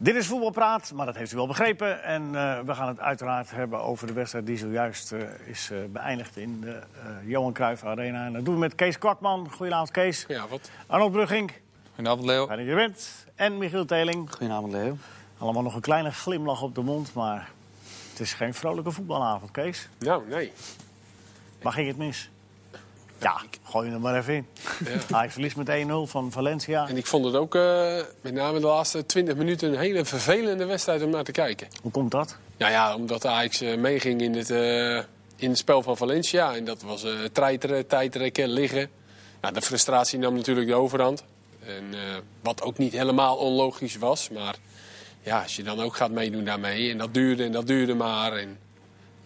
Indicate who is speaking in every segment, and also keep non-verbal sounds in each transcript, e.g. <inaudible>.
Speaker 1: Dit is Voetbalpraat, maar dat heeft u wel begrepen. En eh, we gaan het uiteraard hebben over de wedstrijd die zojuist eh, is eh, beëindigd in de eh, Johan Cruijff Arena. En dat doen we met Kees Kwakman. Goedenavond, Kees.
Speaker 2: Ja, wat?
Speaker 1: Arnold Brugging,
Speaker 2: Goedenavond, Leo.
Speaker 1: fijn dat je er bent. En Michiel Teling.
Speaker 3: Goedenavond, Leo.
Speaker 1: Allemaal nog een kleine glimlach op de mond, maar het is geen vrolijke voetbalavond, Kees.
Speaker 2: Nou, nee.
Speaker 1: Waar ging het mis? Ja, gooi je er maar even in. Hij verliest met 1-0 van Valencia.
Speaker 2: En ik vond het ook, eh, met name de laatste 20 minuten, een hele vervelende wedstrijd om naar te kijken.
Speaker 1: Hoe komt dat?
Speaker 2: Nou ja, omdat Ajax eh, meeging in het, eh, in het spel van Valencia. En dat was eh treiteren, tijdrekken, liggen. Nou, de frustratie nam natuurlijk de overhand. En, eh, wat ook niet helemaal onlogisch was. Maar ja, als je dan ook gaat meedoen daarmee. En dat duurde en dat duurde maar. En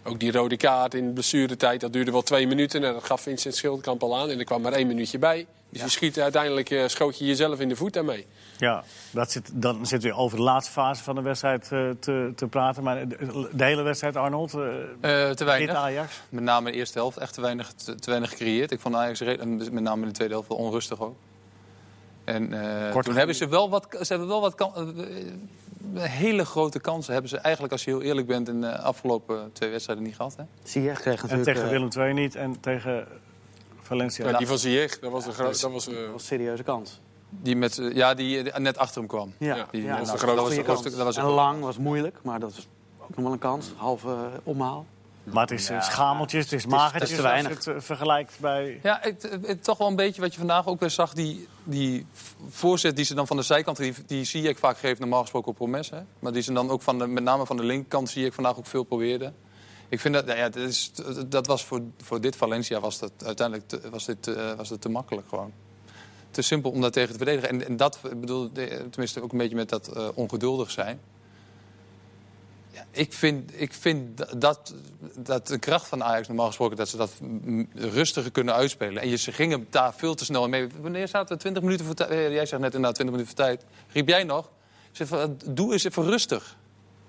Speaker 2: ook die rode kaart in de blessuretijd, dat duurde wel twee minuten. En dat gaf Vincent Schildkamp al aan. En er kwam maar één minuutje bij. Dus je schiet uiteindelijk, eh, schoot je jezelf in de voet daarmee.
Speaker 1: Ja, dat zit, dan zitten we over de laatste fase van de wedstrijd eh, te, te praten. Maar de, de hele wedstrijd, Arnold, eh,
Speaker 4: Eh, te
Speaker 1: dit
Speaker 4: weinig.
Speaker 1: Ajax.
Speaker 4: Met name in de eerste helft echt te weinig, te, te weinig gecreëerd. Ik vond Ajax re- en met name in de tweede helft wel onrustig ook. En eh,
Speaker 1: gegeven.
Speaker 4: toen hebben ze wel wat, ze hebben wel wat kan- eh, eh, hele grote kansen hebben ze eigenlijk, als je heel eerlijk bent, in de afgelopen twee wedstrijden niet gehad. Hè?
Speaker 3: Ziyech kreeg
Speaker 1: En
Speaker 3: natuurlijk...
Speaker 1: tegen
Speaker 3: eh,
Speaker 1: Willem II niet en tegen Valencia.
Speaker 2: Nou, Ja, die van Ziyech, dat was, de gro- dat was eh,
Speaker 3: was een serieuze kans.
Speaker 4: Die, met, eh, ja, die eh, net achter hem kwam.
Speaker 2: Ja,
Speaker 4: die-
Speaker 2: dat was
Speaker 3: nou,
Speaker 2: een grote-
Speaker 3: goede
Speaker 4: dat was-
Speaker 3: kans.
Speaker 4: dat was-
Speaker 3: en lang was moeilijk, maar dat was ook nog wel een kans. Halve eh, omhaal.
Speaker 1: Maar het is eh, schameltjes, het is magertjes
Speaker 3: te weinig.
Speaker 1: als je het eh, vergelijkt bij...
Speaker 4: Ja, het, het- het- toch wel een beetje wat je vandaag ook weer zag. Die, die v- voorzet die ze dan van de zijkant, die, die zie ik vaak geeft normaal gesproken op promes. Hè? Maar die ze dan ook van de, met name van de linkerkant zie ik vandaag ook veel probeerde. Ik vind dat, nou ja, dat, is, dat was voor, voor dit Valencia was dat uiteindelijk te, was dit, eh, was dit te makkelijk gewoon. Te simpel om daar tegen te verdedigen. En, en dat ik bedoel eh, tenminste ook een beetje met dat eh, ongeduldig zijn. Ja, ik vind, ik vind da- dat, dat de kracht van Ajax normaal gesproken... dat ze dat mm, rustiger kunnen uitspelen. En je, ze gingen daar veel te snel mee. Wanneer zaten we 20 minuten voor tijd? Jij zegt net inderdaad 20 minuten voor tijd. Riep jij nog? Ik Zeg, van, doe eens even rustig.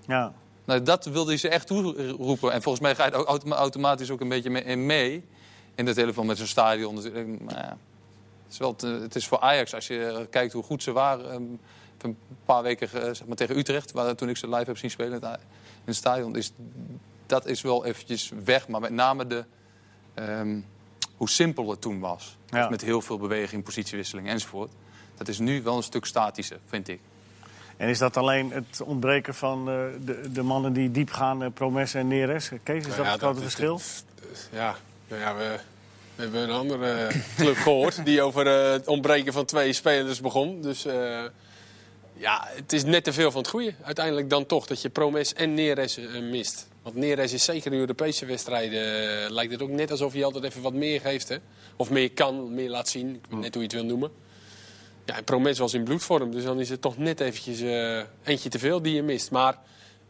Speaker 1: Ja.
Speaker 4: Nou, dat wilde hij ze echt toeroepen. En volgens mij ga je er ook automa- automatisch ook een beetje mee- in mee. In dat hele van met zo'n stadion. natuurlijk. Maar ja, het, is wel te- het is voor Ajax, als je eh, kijkt hoe goed ze waren... ehm, een paar weken eh, zeg maar, tegen Utrecht, waar, toen ik ze live heb zien spelen in het, A- in het stadion... Is, dat is wel eventjes weg. Maar met name de, ehm, hoe simpel het toen was.
Speaker 1: Ja.
Speaker 4: Dus met heel veel beweging, positiewisseling enzovoort. Dat is nu wel een stuk statischer, vind ik.
Speaker 1: En is dat alleen het ontbreken van eh, de, de mannen die diep gaan, eh, Promes en Neres? Kees, is dat
Speaker 2: Nou ja,
Speaker 1: het grote
Speaker 2: dat is-
Speaker 1: verschil?
Speaker 2: Ja, nou ja, we, we hebben een andere <laughs> club gehoord die over eh, het ontbreken van twee spelers begon. Dus eh, ja, het is net te veel van het goede. Uiteindelijk dan toch dat je Promes en Neres eh, mist. Want Neres is zeker in Europese wedstrijden, eh, lijkt het ook net alsof hij altijd even wat meer geeft. Hè? Of meer kan, meer laat zien,
Speaker 1: Mm.
Speaker 2: Ik weet net hoe je het wil noemen. Ja, en Promes was in bloedvorm, dus dan is het toch net eventjes eh, eentje te veel die je mist. Maar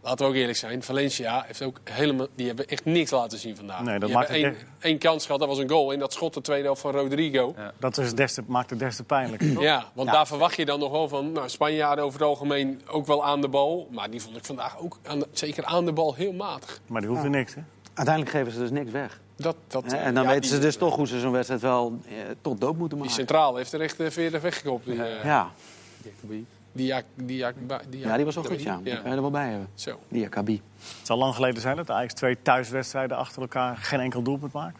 Speaker 2: laten we ook eerlijk zijn, Valencia heeft ook helemaal, die hebben echt niks laten zien vandaag.
Speaker 1: Nee, dat
Speaker 2: die
Speaker 1: maakt
Speaker 2: hebben
Speaker 1: het
Speaker 2: één, één kans gehad, dat was een goal. En dat schot de tweede helft van Rodrigo. Ja,
Speaker 1: Dat is des te, maakt het des te pijnlijker.
Speaker 2: <clears throat>
Speaker 1: toch?
Speaker 2: want daar verwacht je dan nog wel van. Nou, Spanjaarden over het algemeen ook wel aan de bal. Maar die vond ik vandaag ook, aan de- zeker aan de bal, heel matig.
Speaker 1: Maar die hoeft er niks, hè?
Speaker 3: Uiteindelijk geven ze dus niks weg.
Speaker 2: Dat, dat,
Speaker 3: Hè,
Speaker 2: eh,
Speaker 3: en dan
Speaker 2: ja,
Speaker 3: weten
Speaker 2: die-
Speaker 3: ze dus toch hoe ze zo'n wedstrijd wel eh, tot dood moeten
Speaker 2: Die
Speaker 3: maken.
Speaker 2: centraal heeft er echt eh, veertig weggekopt. Die, eh,
Speaker 3: Ja.
Speaker 2: die, Jaak- die, Jaak- die,
Speaker 3: ja, die was wel goed, ja. Die kan je er wel bij hebben.
Speaker 2: Zo.
Speaker 3: Die Akabi.
Speaker 1: Het zal lang geleden zijn dat Ajax twee thuiswedstrijden achter elkaar geen enkel doelpunt maakt.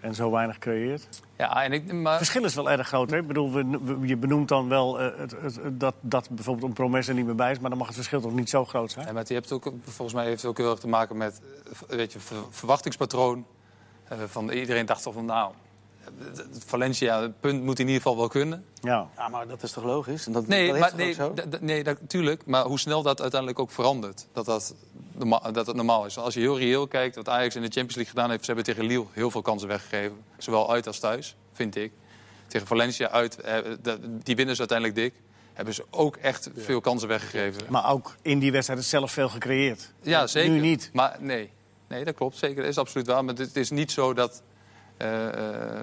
Speaker 1: En zo weinig creëert.
Speaker 4: Ja, en ik, maar...
Speaker 1: Het verschil is wel erg groot. Hè? Ik bedoel, we- we- je benoemt dan wel eh, het, het- het- dat, dat bijvoorbeeld een promes er niet meer bij is, maar dan mag het verschil toch niet zo groot zijn?
Speaker 4: Ja, maar het heeft ook, volgens mij heeft het ook heel erg te maken met eh, v- weet je, ver- verwachtingspatroon. Eh, van iedereen dacht toch van, nou, eh, d- d- Valencia, het punt moet in ieder geval wel kunnen.
Speaker 1: Ja.
Speaker 3: Ja, maar dat is toch logisch? En Dat,
Speaker 4: Nee,
Speaker 3: dat is
Speaker 4: maar,
Speaker 3: toch ook
Speaker 4: nee,
Speaker 3: zo?
Speaker 4: d- d- nee dat, tuurlijk, maar hoe snel dat uiteindelijk ook verandert, dat dat, norma- dat dat normaal is. Als je heel reëel kijkt, wat Ajax in de Champions League gedaan heeft... ze hebben tegen Lille heel veel kansen weggegeven, zowel uit als thuis, vind ik. Tegen Valencia uit, eh, dat- die winnen ze uiteindelijk dik... hebben ze ook echt veel kansen weggegeven.
Speaker 1: Maar ook in die wedstrijd is zelf veel gecreëerd.
Speaker 4: Ja, zeker.
Speaker 1: Nu niet.
Speaker 4: Maar nee. nee, dat klopt. Zeker, dat is absoluut waar. Maar het is niet zo dat, eh, eh,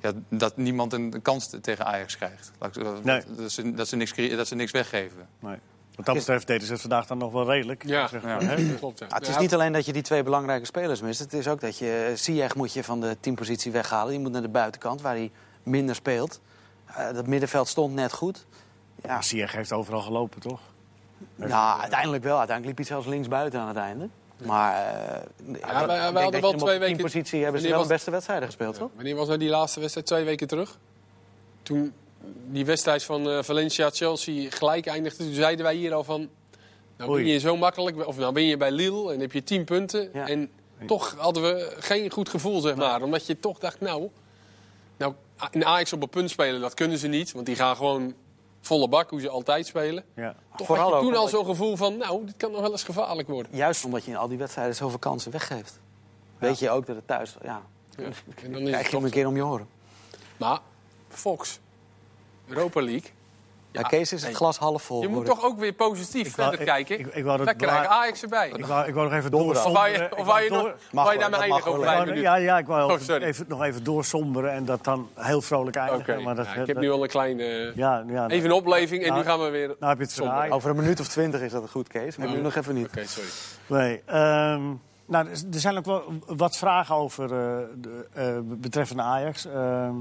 Speaker 4: ja, dat niemand een kans te- tegen Ajax krijgt. Laat ik-
Speaker 1: Nee.
Speaker 4: dat, ze, dat, ze niks, creë- dat ze niks weggeven.
Speaker 1: Nee. Wat dat betreft deden ze het vandaag dan nog wel redelijk.
Speaker 2: Ja,
Speaker 1: Zeg,
Speaker 4: Ja.
Speaker 1: hè?
Speaker 2: dat klopt. ja.
Speaker 3: Ja, Ah, het is
Speaker 2: Ja,
Speaker 3: niet alleen dat je die twee belangrijke spelers mist. Het is ook dat je eh, Ziyech moet je van de teampositie weghalen. Die moet naar de buitenkant, waar hij minder speelt. Eh, dat middenveld stond net goed. Ja,
Speaker 1: Ziyech heeft overal gelopen, toch?
Speaker 3: Nou, uiteindelijk wel. Uiteindelijk liep hij zelfs links buiten aan het einde. Maar eh,
Speaker 2: wij- wij
Speaker 3: ik denk
Speaker 2: hadden
Speaker 3: dat je
Speaker 2: wel
Speaker 3: hem op
Speaker 2: twee weken-
Speaker 3: In positie hebben ze
Speaker 2: wanneer
Speaker 3: wel
Speaker 2: was-
Speaker 3: de beste wedstrijden gespeeld, toch?
Speaker 2: Wanneer was nou die laatste wedstrijd? Twee weken terug? Toen die wedstrijd van eh, Valencia-Chelsea gelijk eindigde, toen zeiden wij hier al van... Nou
Speaker 1: Oei.
Speaker 2: ben je zo makkelijk, of nou ben je bij Lille en heb je 10 punten.
Speaker 3: Ja.
Speaker 2: En toch hadden we geen goed gevoel, zeg maar. Omdat je toch dacht, nou... nou in Ajax op een punt spelen, dat kunnen ze niet. Want die gaan gewoon volle bak, hoe ze altijd spelen.
Speaker 1: Ja.
Speaker 2: Toch
Speaker 3: Vooral
Speaker 2: had je
Speaker 3: ook
Speaker 2: toen al
Speaker 3: omdat-
Speaker 2: zo'n gevoel van, nou, dit kan nog wel eens gevaarlijk
Speaker 3: <laughs>
Speaker 2: worden.
Speaker 3: Juist omdat je in al die wedstrijden zoveel kansen weggeeft. Weet je ook dat het thuis... Ja,
Speaker 2: Ja. En dan is het
Speaker 3: krijg je hem
Speaker 2: toch...
Speaker 3: een keer om je horen.
Speaker 2: Maar Fox, Europa League...
Speaker 3: Ja, Kees is het
Speaker 2: hey.
Speaker 3: glas half vol.
Speaker 2: Je moet
Speaker 3: hoor
Speaker 2: toch ook weer positief
Speaker 1: wou-
Speaker 2: verder
Speaker 1: ik-
Speaker 2: kijken.
Speaker 1: ik- ik wou dat
Speaker 2: Dan krijg je
Speaker 1: bewaar-
Speaker 2: Ajax erbij.
Speaker 1: Ik wou, ik wou nog even
Speaker 3: Donderdag.
Speaker 2: Of wou je,
Speaker 1: doorsomberen.
Speaker 2: of
Speaker 1: Ik
Speaker 2: wou je,
Speaker 1: door-
Speaker 2: nog,
Speaker 1: ik
Speaker 2: wou je daarmee
Speaker 3: hoor, dat mag
Speaker 2: eindigen over
Speaker 3: hoor.
Speaker 2: vijf
Speaker 1: wou-
Speaker 2: minuten?
Speaker 1: ja, ja, ik wou
Speaker 2: Oh, sorry.
Speaker 1: even, nog even doorsomberen en dat dan heel vrolijk eindigen.
Speaker 2: Oké,
Speaker 1: maar dat,
Speaker 2: ja, ik heb nu al een kleine... eh,
Speaker 1: ja, ja,
Speaker 2: Even een opleving en
Speaker 1: Nou,
Speaker 2: nu gaan we weer...
Speaker 1: Nou heb je het
Speaker 2: Somber.
Speaker 1: verdraaid.
Speaker 3: Over een minuut of twintig is dat goed, Kees. Maar nu nog even niet.
Speaker 2: Oké, sorry.
Speaker 1: Nee, ehm, nou, er er zijn ook wel wat vragen over eh, de, eh, betreffende Ajax. Ehm,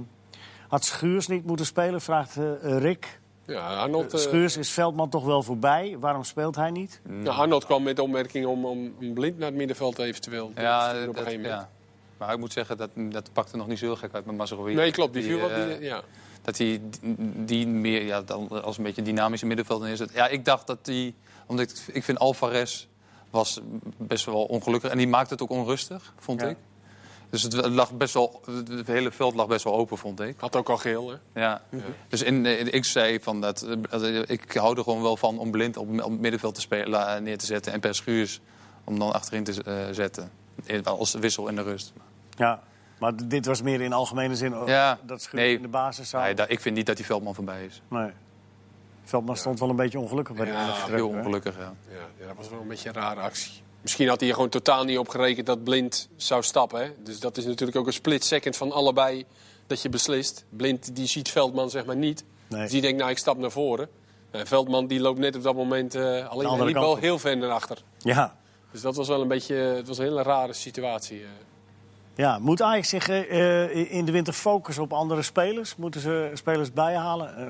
Speaker 1: had Schuurs niet moeten spelen, vraagt eh, Rick.
Speaker 2: Ja, Arnold, eh,
Speaker 1: Schuurs is Veldman toch wel voorbij? Waarom speelt hij niet?
Speaker 2: nou, Arnold kwam met de opmerking om, om, om blind naar het middenveld eventueel te
Speaker 4: Ja,
Speaker 2: sturen op een
Speaker 4: dat,
Speaker 2: gegeven moment.
Speaker 4: ja. Maar ik moet zeggen, dat, dat pakte nog niet zo heel gek uit met Mazzarovic.
Speaker 2: Nee, klopt. Die viel wat...
Speaker 4: eh,
Speaker 2: die- ja.
Speaker 4: Dat hij die, die meer, ja, dan als een beetje een dynamische middenvelder is. Ja, ik dacht dat hij, omdat ik, ik vind Alvarez was best wel ongelukkig. En die maakte het ook onrustig, vond
Speaker 1: Ja.
Speaker 4: ik. Dus het lag best wel, het hele veld lag best wel open, vond ik.
Speaker 2: Had ook al geel, hè?
Speaker 4: Ja. Dus in, eh, ik zei van dat. eh, Ik hou er gewoon wel van om blind op, op het middenveld te spelen, eh, neer te zetten. En per schuurs om dan achterin te eh, zetten. In- Als wissel in de rust.
Speaker 1: Ja, maar d- dit was meer in algemene zin eh,
Speaker 4: Ja,
Speaker 1: dat Schuurs
Speaker 4: nee.
Speaker 1: in de basis zou.
Speaker 4: Nee, da- ik vind niet dat die veldman voorbij is.
Speaker 1: Nee. Veldman stond wel een beetje ongelukkig bij de
Speaker 2: Ja,
Speaker 1: eerste
Speaker 4: Heel
Speaker 1: hè?
Speaker 4: ongelukkig, ja.
Speaker 2: Ja, ja, dat was wel een beetje een rare actie. Misschien had hij er gewoon totaal niet op gerekend dat Blind zou stappen. Hè? Dus dat is natuurlijk ook een split second van allebei dat je beslist. Blind die ziet Veldman zeg maar niet.
Speaker 1: Nee.
Speaker 2: Dus die denkt, nou ik stap naar voren. En Veldman die loopt net op dat moment, eh alleen
Speaker 1: andere
Speaker 2: hij liep
Speaker 1: kant
Speaker 2: wel
Speaker 1: op.
Speaker 2: heel ver naar achter.
Speaker 1: Ja.
Speaker 2: Dus dat was wel een beetje, het was een hele rare situatie. eh.
Speaker 1: ja, moet Ajax zich eh, eh, in de winter focussen op andere spelers? Moeten ze spelers bijhalen? Eh,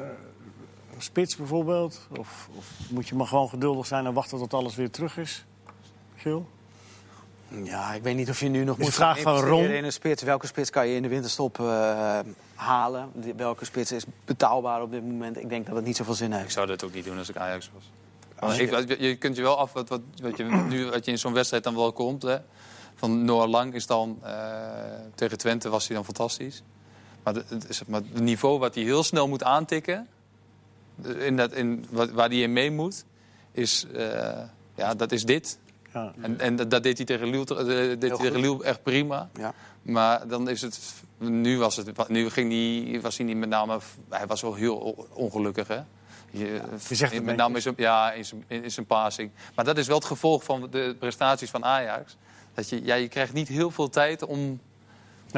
Speaker 1: een spits bijvoorbeeld? Of, of moet je maar gewoon geduldig zijn en wachten tot alles weer terug is? Gil?
Speaker 3: Ja, ik weet niet of je nu nog
Speaker 1: Is
Speaker 3: moet
Speaker 1: de vraag
Speaker 3: gaan
Speaker 1: van
Speaker 3: investeren
Speaker 1: Ron?
Speaker 3: in een spits. Welke spits kan je in de winterstop eh, halen? Die- Welke spits is betaalbaar op dit moment? Ik denk dat het niet zoveel zin
Speaker 4: Ik
Speaker 3: heeft.
Speaker 4: zou dat ook niet doen als ik Ajax was. Ik- je- je kunt je wel af, wat, wat, wat, je, <clears throat> nu, wat je in zo'n wedstrijd dan wel komt. Hè. Van Noah Lang is dan, eh, tegen Twente was hij dan fantastisch. Maar de- het is- maar het niveau wat hij heel snel moet aantikken, in dat, in, wat, waar hij in mee moet, is, eh, ja, dat is dit.
Speaker 1: Ja.
Speaker 4: En, en dat, dat deed hij tegen Liel, eh, deed hij tegen Liel echt prima.
Speaker 3: Ja.
Speaker 4: Maar dan is het. Nu, was het, nu ging die, was hij niet met name. Hij was wel heel o- ongelukkig, hè? Je, eh,
Speaker 1: je zegt het
Speaker 4: met
Speaker 1: netjes.
Speaker 4: name in zijn, ja, in, zijn, in zijn passing. Maar dat is wel het gevolg van de prestaties van Ajax. Dat je, ja, je krijgt niet heel veel tijd om, om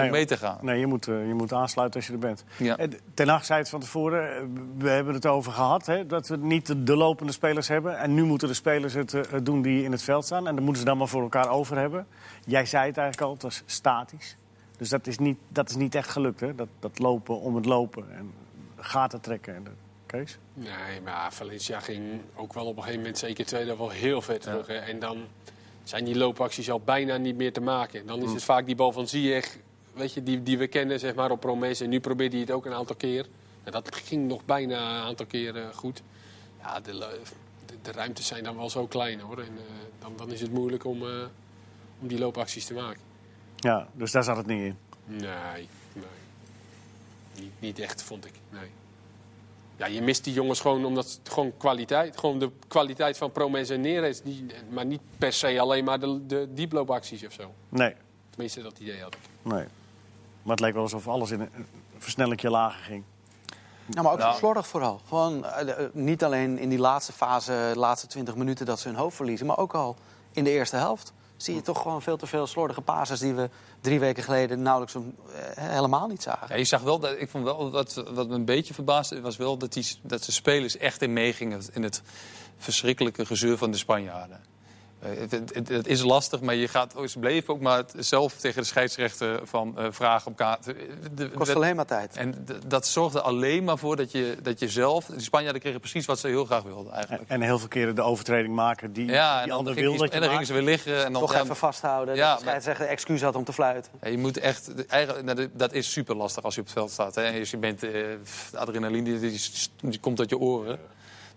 Speaker 1: Nee,
Speaker 4: mee te gaan.
Speaker 1: Nee, je moet, eh, je moet aansluiten als je er bent.
Speaker 4: Ja.
Speaker 1: Eh, Ten Hag zei het van tevoren, eh, we hebben het over gehad... Hè, dat we niet de, de lopende spelers hebben. En nu moeten de spelers het eh, het doen die in het veld staan. En dan moeten ze dan maar voor elkaar over hebben. Jij zei het eigenlijk al, het was statisch. Dus dat is niet, dat is niet echt gelukt, hè? Dat, dat lopen om het lopen en gaten trekken. En de, Kees?
Speaker 2: Nee, maar Valencia ging ook wel op een gegeven moment, zeker tweede, wel heel ver terug. hè. En dan zijn die loopacties al bijna niet meer te maken. Dan is het vaak die bal van Ziyech, weet je, die, die we kennen zeg maar, op Promes. En nu probeert hij het ook een aantal keer. En dat ging nog bijna een aantal keer eh, goed. Ja, de, lo- de, de ruimtes zijn dan wel zo klein hoor. En eh, dan, dan is het moeilijk om, eh, om die loopacties te maken.
Speaker 1: Ja, dus daar zat het niet in.
Speaker 2: Nee, nee. Niet, niet echt, vond ik. Nee. Ja, je mist die jongens gewoon omdat het gewoon kwaliteit. Gewoon de kwaliteit van Promes en Neres. Die, maar niet per se alleen maar de, de dieploopacties of zo.
Speaker 1: Nee,
Speaker 2: Tenminste, dat idee had ik.
Speaker 1: nee. Maar het leek wel alsof alles in een een versnellingje lager ging.
Speaker 3: Nou, maar ook
Speaker 4: Nou.
Speaker 3: slordig vooral. Gewoon, eh, de- eh, niet alleen in die laatste fase, de laatste 20 minuten dat ze hun hoofd verliezen, maar ook al in de eerste helft. Zie je toch gewoon veel te veel slordige pases die we drie weken geleden nauwelijks om- eh, helemaal niet zagen.
Speaker 4: Ja, je zag wel, dat, ik vond wel wat, wat me een beetje verbaasde was wel dat, die, dat de spelers echt in meegingen in het verschrikkelijke gezeur van de Spanjaarden. Eh, Het, het, het- het is lastig, maar je gaat, oh, ze bleven ook maar het- zelf tegen de scheidsrechter van eh, vragen op kaart. Eh, de-
Speaker 3: Kost
Speaker 4: de-
Speaker 3: alleen maar tijd.
Speaker 4: En d- dat zorgde alleen maar voor dat je, dat je zelf... Die Spanjaarden kregen precies wat ze heel graag wilden eigenlijk.
Speaker 1: En heel veel keren de overtreding maken die,
Speaker 4: Ja, en
Speaker 1: die
Speaker 4: dan,
Speaker 1: ander
Speaker 4: ging,
Speaker 1: wil
Speaker 4: die-
Speaker 1: dat je
Speaker 4: en dan
Speaker 1: maakt.
Speaker 4: gingen ze weer liggen. En dan,
Speaker 3: Toch
Speaker 4: ja,
Speaker 3: even vasthouden.
Speaker 4: Ja,
Speaker 3: Ja, dat de scheidsrechter excuus had om te fluiten.
Speaker 4: ja, je moet echt, de- eigenlijk, nou, de- dat is super lastig als je op het veld staat. Hè. En Als je bent, eh, pff, de adrenaline die, die, die komt uit je oren.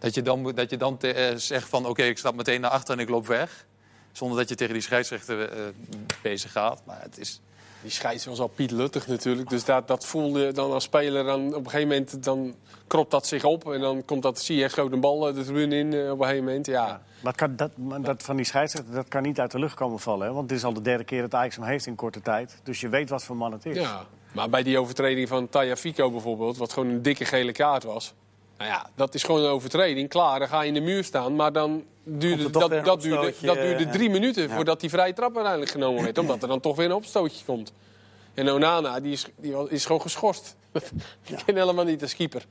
Speaker 4: Dat je dan, moet- dat je dan te- eh, zegt van oké, ik stap meteen naar achter en ik loop weg. Zonder dat je tegen die scheidsrechter eh, bezig gaat. Maar het is,
Speaker 2: Die scheids was al Piet Luttig natuurlijk. Dus dat, dat voelde je dan als speler. Dan, op een gegeven moment dan kropt dat zich op. En dan komt dat, zie je, grote bal eh, de tribune in eh, op een gegeven moment. Ja.
Speaker 1: Maar, het kan, dat, maar dat van die scheidsrechter dat kan niet uit de lucht komen vallen. Hè? Want dit is al de derde keer dat Ajax hem heeft in korte tijd. Dus je weet wat voor man het is.
Speaker 2: Ja, maar bij die overtreding van Taya Fico bijvoorbeeld, wat gewoon een dikke gele kaart was. Nou ja, dat is gewoon een overtreding. Klaar, dan ga je in de muur staan. Maar dan
Speaker 3: Komt
Speaker 2: duurde,
Speaker 3: er toch
Speaker 2: dat,
Speaker 3: weer een
Speaker 2: dat, duurde,
Speaker 3: opstootje,
Speaker 2: dat duurde
Speaker 3: eh,
Speaker 2: drie minuten voordat die vrije trap uiteindelijk genomen
Speaker 3: <clears throat>
Speaker 2: werd. Omdat er dan toch weer een opstootje komt. En Onana, die is, die wa- is gewoon geschorst. <laughs> Die ken helemaal niet als keeper.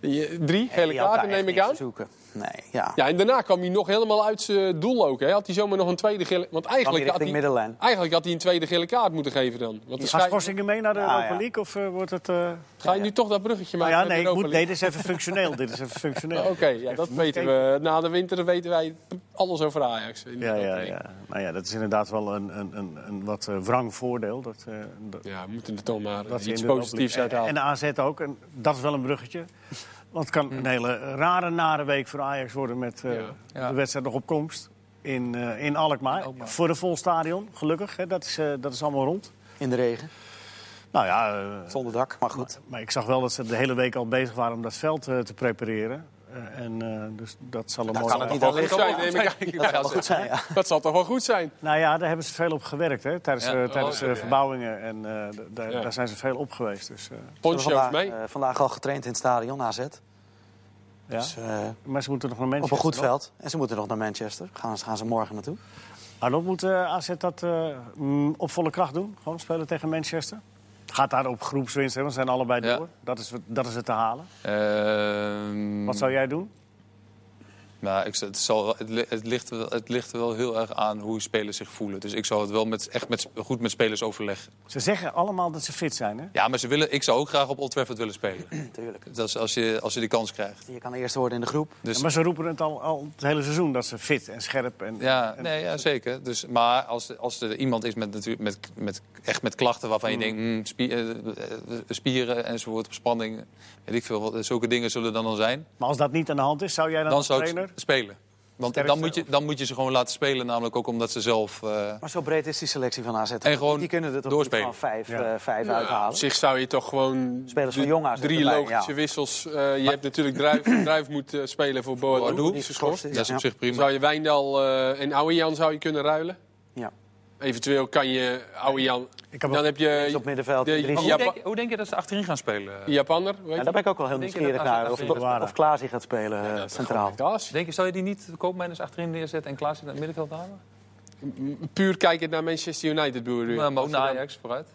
Speaker 2: Die, eh, drie gele
Speaker 3: Die had
Speaker 2: kaarten
Speaker 3: daar echt
Speaker 2: neem ik
Speaker 3: niks
Speaker 2: aan.
Speaker 3: te Zoeken. Nee, ja.
Speaker 2: Ja, en daarna kwam hij nog helemaal uit zijn doel ook. Hè. Had hij zomaar nog een tweede gele... Want eigenlijk
Speaker 3: richting
Speaker 2: had, hij,
Speaker 3: middenlijn.
Speaker 2: eigenlijk had hij een tweede gele kaart moeten geven dan. Want de
Speaker 1: Gaan
Speaker 2: schei-
Speaker 1: schorsingen mee naar de
Speaker 3: Ah,
Speaker 1: Europa
Speaker 3: ja.
Speaker 1: League? Of eh, wordt het... eh,
Speaker 2: Ga je nu toch dat bruggetje
Speaker 1: Nou
Speaker 2: maken?
Speaker 1: ja,
Speaker 2: met
Speaker 1: nee, ik
Speaker 2: Europa
Speaker 1: moet, nee,
Speaker 2: League?
Speaker 1: dit is even functioneel. dit is even functioneel.
Speaker 2: <laughs> Oké, ja, dat
Speaker 1: Even
Speaker 2: weten we. Na de winter weten wij alles over Ajax. in de
Speaker 1: Ja, ja,
Speaker 2: Europa League.
Speaker 1: ja. Nou ja, dat is inderdaad wel een, een, een, een wat eh, wrang voordeel. Dat, eh, dat,
Speaker 2: Ja, we moeten er toch maar
Speaker 1: dat je in
Speaker 2: iets
Speaker 1: de Europa
Speaker 2: positiefs
Speaker 1: League-
Speaker 2: uithalen.
Speaker 1: En de AZ ook. En dat is wel een bruggetje. Want het kan een hele rare, nare week voor Ajax worden met eh,
Speaker 2: Ja.
Speaker 4: Ja.
Speaker 1: de wedstrijd nog op komst. In, eh, in Alkmaar.
Speaker 4: In Alkmaar.
Speaker 1: Voor een vol stadion, gelukkig. Hè. Dat, is, eh, dat is allemaal rond.
Speaker 3: In de regen,
Speaker 1: Nou ja, eh,
Speaker 3: zonder dak, maar goed.
Speaker 1: maar ik zag wel dat ze de hele week al bezig waren om dat veld eh, te prepareren. Eh, en eh, dus dat zal een mooie...
Speaker 3: kan het niet aan
Speaker 2: goed
Speaker 3: liggen.
Speaker 2: zijn, neem ik aan.
Speaker 3: Dat zou wel goed zijn, ja.
Speaker 2: <laughs> Dat zal toch wel goed zijn?
Speaker 1: Nou ja, daar hebben ze veel op gewerkt, hè? Tijdens,
Speaker 4: Ja.
Speaker 1: eh,
Speaker 4: Oh,
Speaker 1: tijdens eh,
Speaker 4: ja.
Speaker 1: verbouwingen. En eh, d- daar,
Speaker 2: Ja.
Speaker 1: daar zijn ze veel op geweest. Dus, eh,
Speaker 2: Poncho's
Speaker 3: vandaag,
Speaker 2: mee.
Speaker 3: eh, vandaag al getraind in het stadion, AZ.
Speaker 1: ja.
Speaker 3: Dus, eh,
Speaker 1: maar ze moeten nog naar
Speaker 3: op
Speaker 1: Manchester.
Speaker 3: een goed veld. En ze moeten nog naar Manchester. Gaan, ze- gaan ze morgen naartoe.
Speaker 1: Arnold, moet eh, AZ dat eh, mm, op volle kracht doen? Gewoon spelen tegen Manchester? Gaat daar op groepswinst, hè? want ze zijn allebei
Speaker 4: Ja.
Speaker 1: door. Dat is, wat- dat is het te halen.
Speaker 4: Ehm,
Speaker 1: Wat zou jij doen?
Speaker 4: Nou, ik, zou- het, zal, wel- het, li- het, ligt wel, het ligt er wel heel erg aan hoe spelers zich voelen. Dus ik zou het wel met, echt met, sp- goed met spelers overleggen.
Speaker 1: Ze zeggen allemaal dat ze fit zijn, hè?
Speaker 4: Ja, maar ze willen, ik zou ook graag op Old Trafford willen spelen.
Speaker 3: Natuurlijk.
Speaker 4: Dat is als je, als je die kans krijgt.
Speaker 3: Je kan eerst worden in de groep.
Speaker 4: Dus,
Speaker 1: Ja, maar ze roepen het al, al het hele seizoen, dat ze fit en scherp en...
Speaker 4: ja,
Speaker 1: en-
Speaker 4: nee, ja, zeker. Dus, maar als, als er iemand is met, natuurlijk, met, met, echt met klachten waarvan je denkt... mm, spie- eh, eh, spieren enzovoort, spanning, weet ik veel. Wat, eh, zulke dingen zullen dan al zijn.
Speaker 1: Maar als dat niet aan de hand is, zou jij dan,
Speaker 4: Dan
Speaker 1: als
Speaker 4: zou ik
Speaker 1: trainer...
Speaker 4: s- spelen. Want
Speaker 1: Sterk
Speaker 4: dan moet, je,
Speaker 1: zijn,
Speaker 4: dan moet je ze gewoon laten spelen. Namelijk ook omdat ze zelf... eh,
Speaker 3: Maar zo breed is die selectie van AZ.
Speaker 4: En gewoon
Speaker 3: die kunnen er toch
Speaker 4: doorspelen.
Speaker 3: niet gewoon vijf,
Speaker 1: Ja.
Speaker 3: eh, vijf
Speaker 2: Ja,
Speaker 3: uithalen.
Speaker 2: op zich zou je toch gewoon
Speaker 3: Spelers van
Speaker 2: de
Speaker 3: Jong AZ
Speaker 2: drie
Speaker 3: erbij,
Speaker 2: logische
Speaker 3: ja.
Speaker 2: wissels... eh, je hebt natuurlijk Druif,
Speaker 1: <clears throat>
Speaker 2: Druif moet eh, spelen voor Boadu.
Speaker 4: Boadu.
Speaker 2: Die
Speaker 3: Die
Speaker 2: is geschorst.
Speaker 3: geschorst is.
Speaker 4: dat is op
Speaker 3: Ja.
Speaker 4: zich prima.
Speaker 2: Zou je Wijndal eh en Ouwejan zou je kunnen ruilen?
Speaker 3: Ja.
Speaker 2: Eventueel kan je Ouwejan...
Speaker 1: Ik heb
Speaker 2: Dan heb je
Speaker 3: Is op middenveld.
Speaker 2: de-
Speaker 3: Idrissi.
Speaker 2: Maar
Speaker 4: hoe,
Speaker 2: Japa-
Speaker 4: denk, hoe denk je dat ze achterin gaan spelen?
Speaker 2: die Japanner. weet
Speaker 3: Ja,
Speaker 2: je?
Speaker 3: daar ben ik ook wel heel
Speaker 4: Denk je
Speaker 3: nieuwsgierig
Speaker 4: dat AZ
Speaker 3: naar. Of,
Speaker 4: gaat
Speaker 1: spelen?
Speaker 3: of Klaas gaat spelen eh, centraal.
Speaker 2: Klaas.
Speaker 4: Denk je, zou je die niet koopmijners achterin neerzetten en Klaas in het middenveld halen?
Speaker 2: Puur kijkend naar Manchester United, bedoel je?
Speaker 4: Nou, maar ook
Speaker 2: Als je
Speaker 4: naar
Speaker 2: dan-
Speaker 4: Ajax vooruit.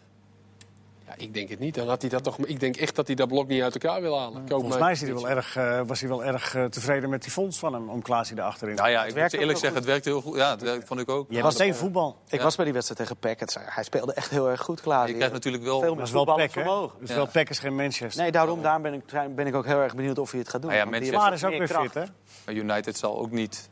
Speaker 2: Ja, ik denk het niet. Dan had hij dat toch, ik denk echt dat hij dat blok niet uit elkaar wil halen. Koop
Speaker 1: Volgens mij is hij wel erg, eh, was hij wel erg eh, tevreden met die fonds van hem, om Klaas hier achterin.
Speaker 4: Nou ja, ik moet
Speaker 3: werkt
Speaker 4: je
Speaker 3: ook
Speaker 4: eerlijk
Speaker 3: wel
Speaker 4: zeggen, het werkt heel goed. Ja, het werkt, vond ik ook.
Speaker 1: Jij was tegen voetbal.
Speaker 3: Ik was bij die wedstrijd tegen Peck. Het- Hij speelde echt heel erg goed, Klaas.
Speaker 4: Je krijgt natuurlijk wel...
Speaker 3: Veel
Speaker 1: Dat
Speaker 3: meer
Speaker 1: is wel
Speaker 3: voetballend
Speaker 1: pek, hè?
Speaker 3: vermogen.
Speaker 1: Dat is
Speaker 4: Ja.
Speaker 1: wel pek, is geen Manchester.
Speaker 3: Nee, daarom daarom ben, ik, zijn- ben ik ook heel erg benieuwd of hij het gaat doen.
Speaker 4: Nou ja,
Speaker 3: Want die
Speaker 4: Manchester-
Speaker 1: Maar is ook weer
Speaker 3: meer
Speaker 1: fit, hè?
Speaker 3: kracht.
Speaker 4: Maar United zal ook niet...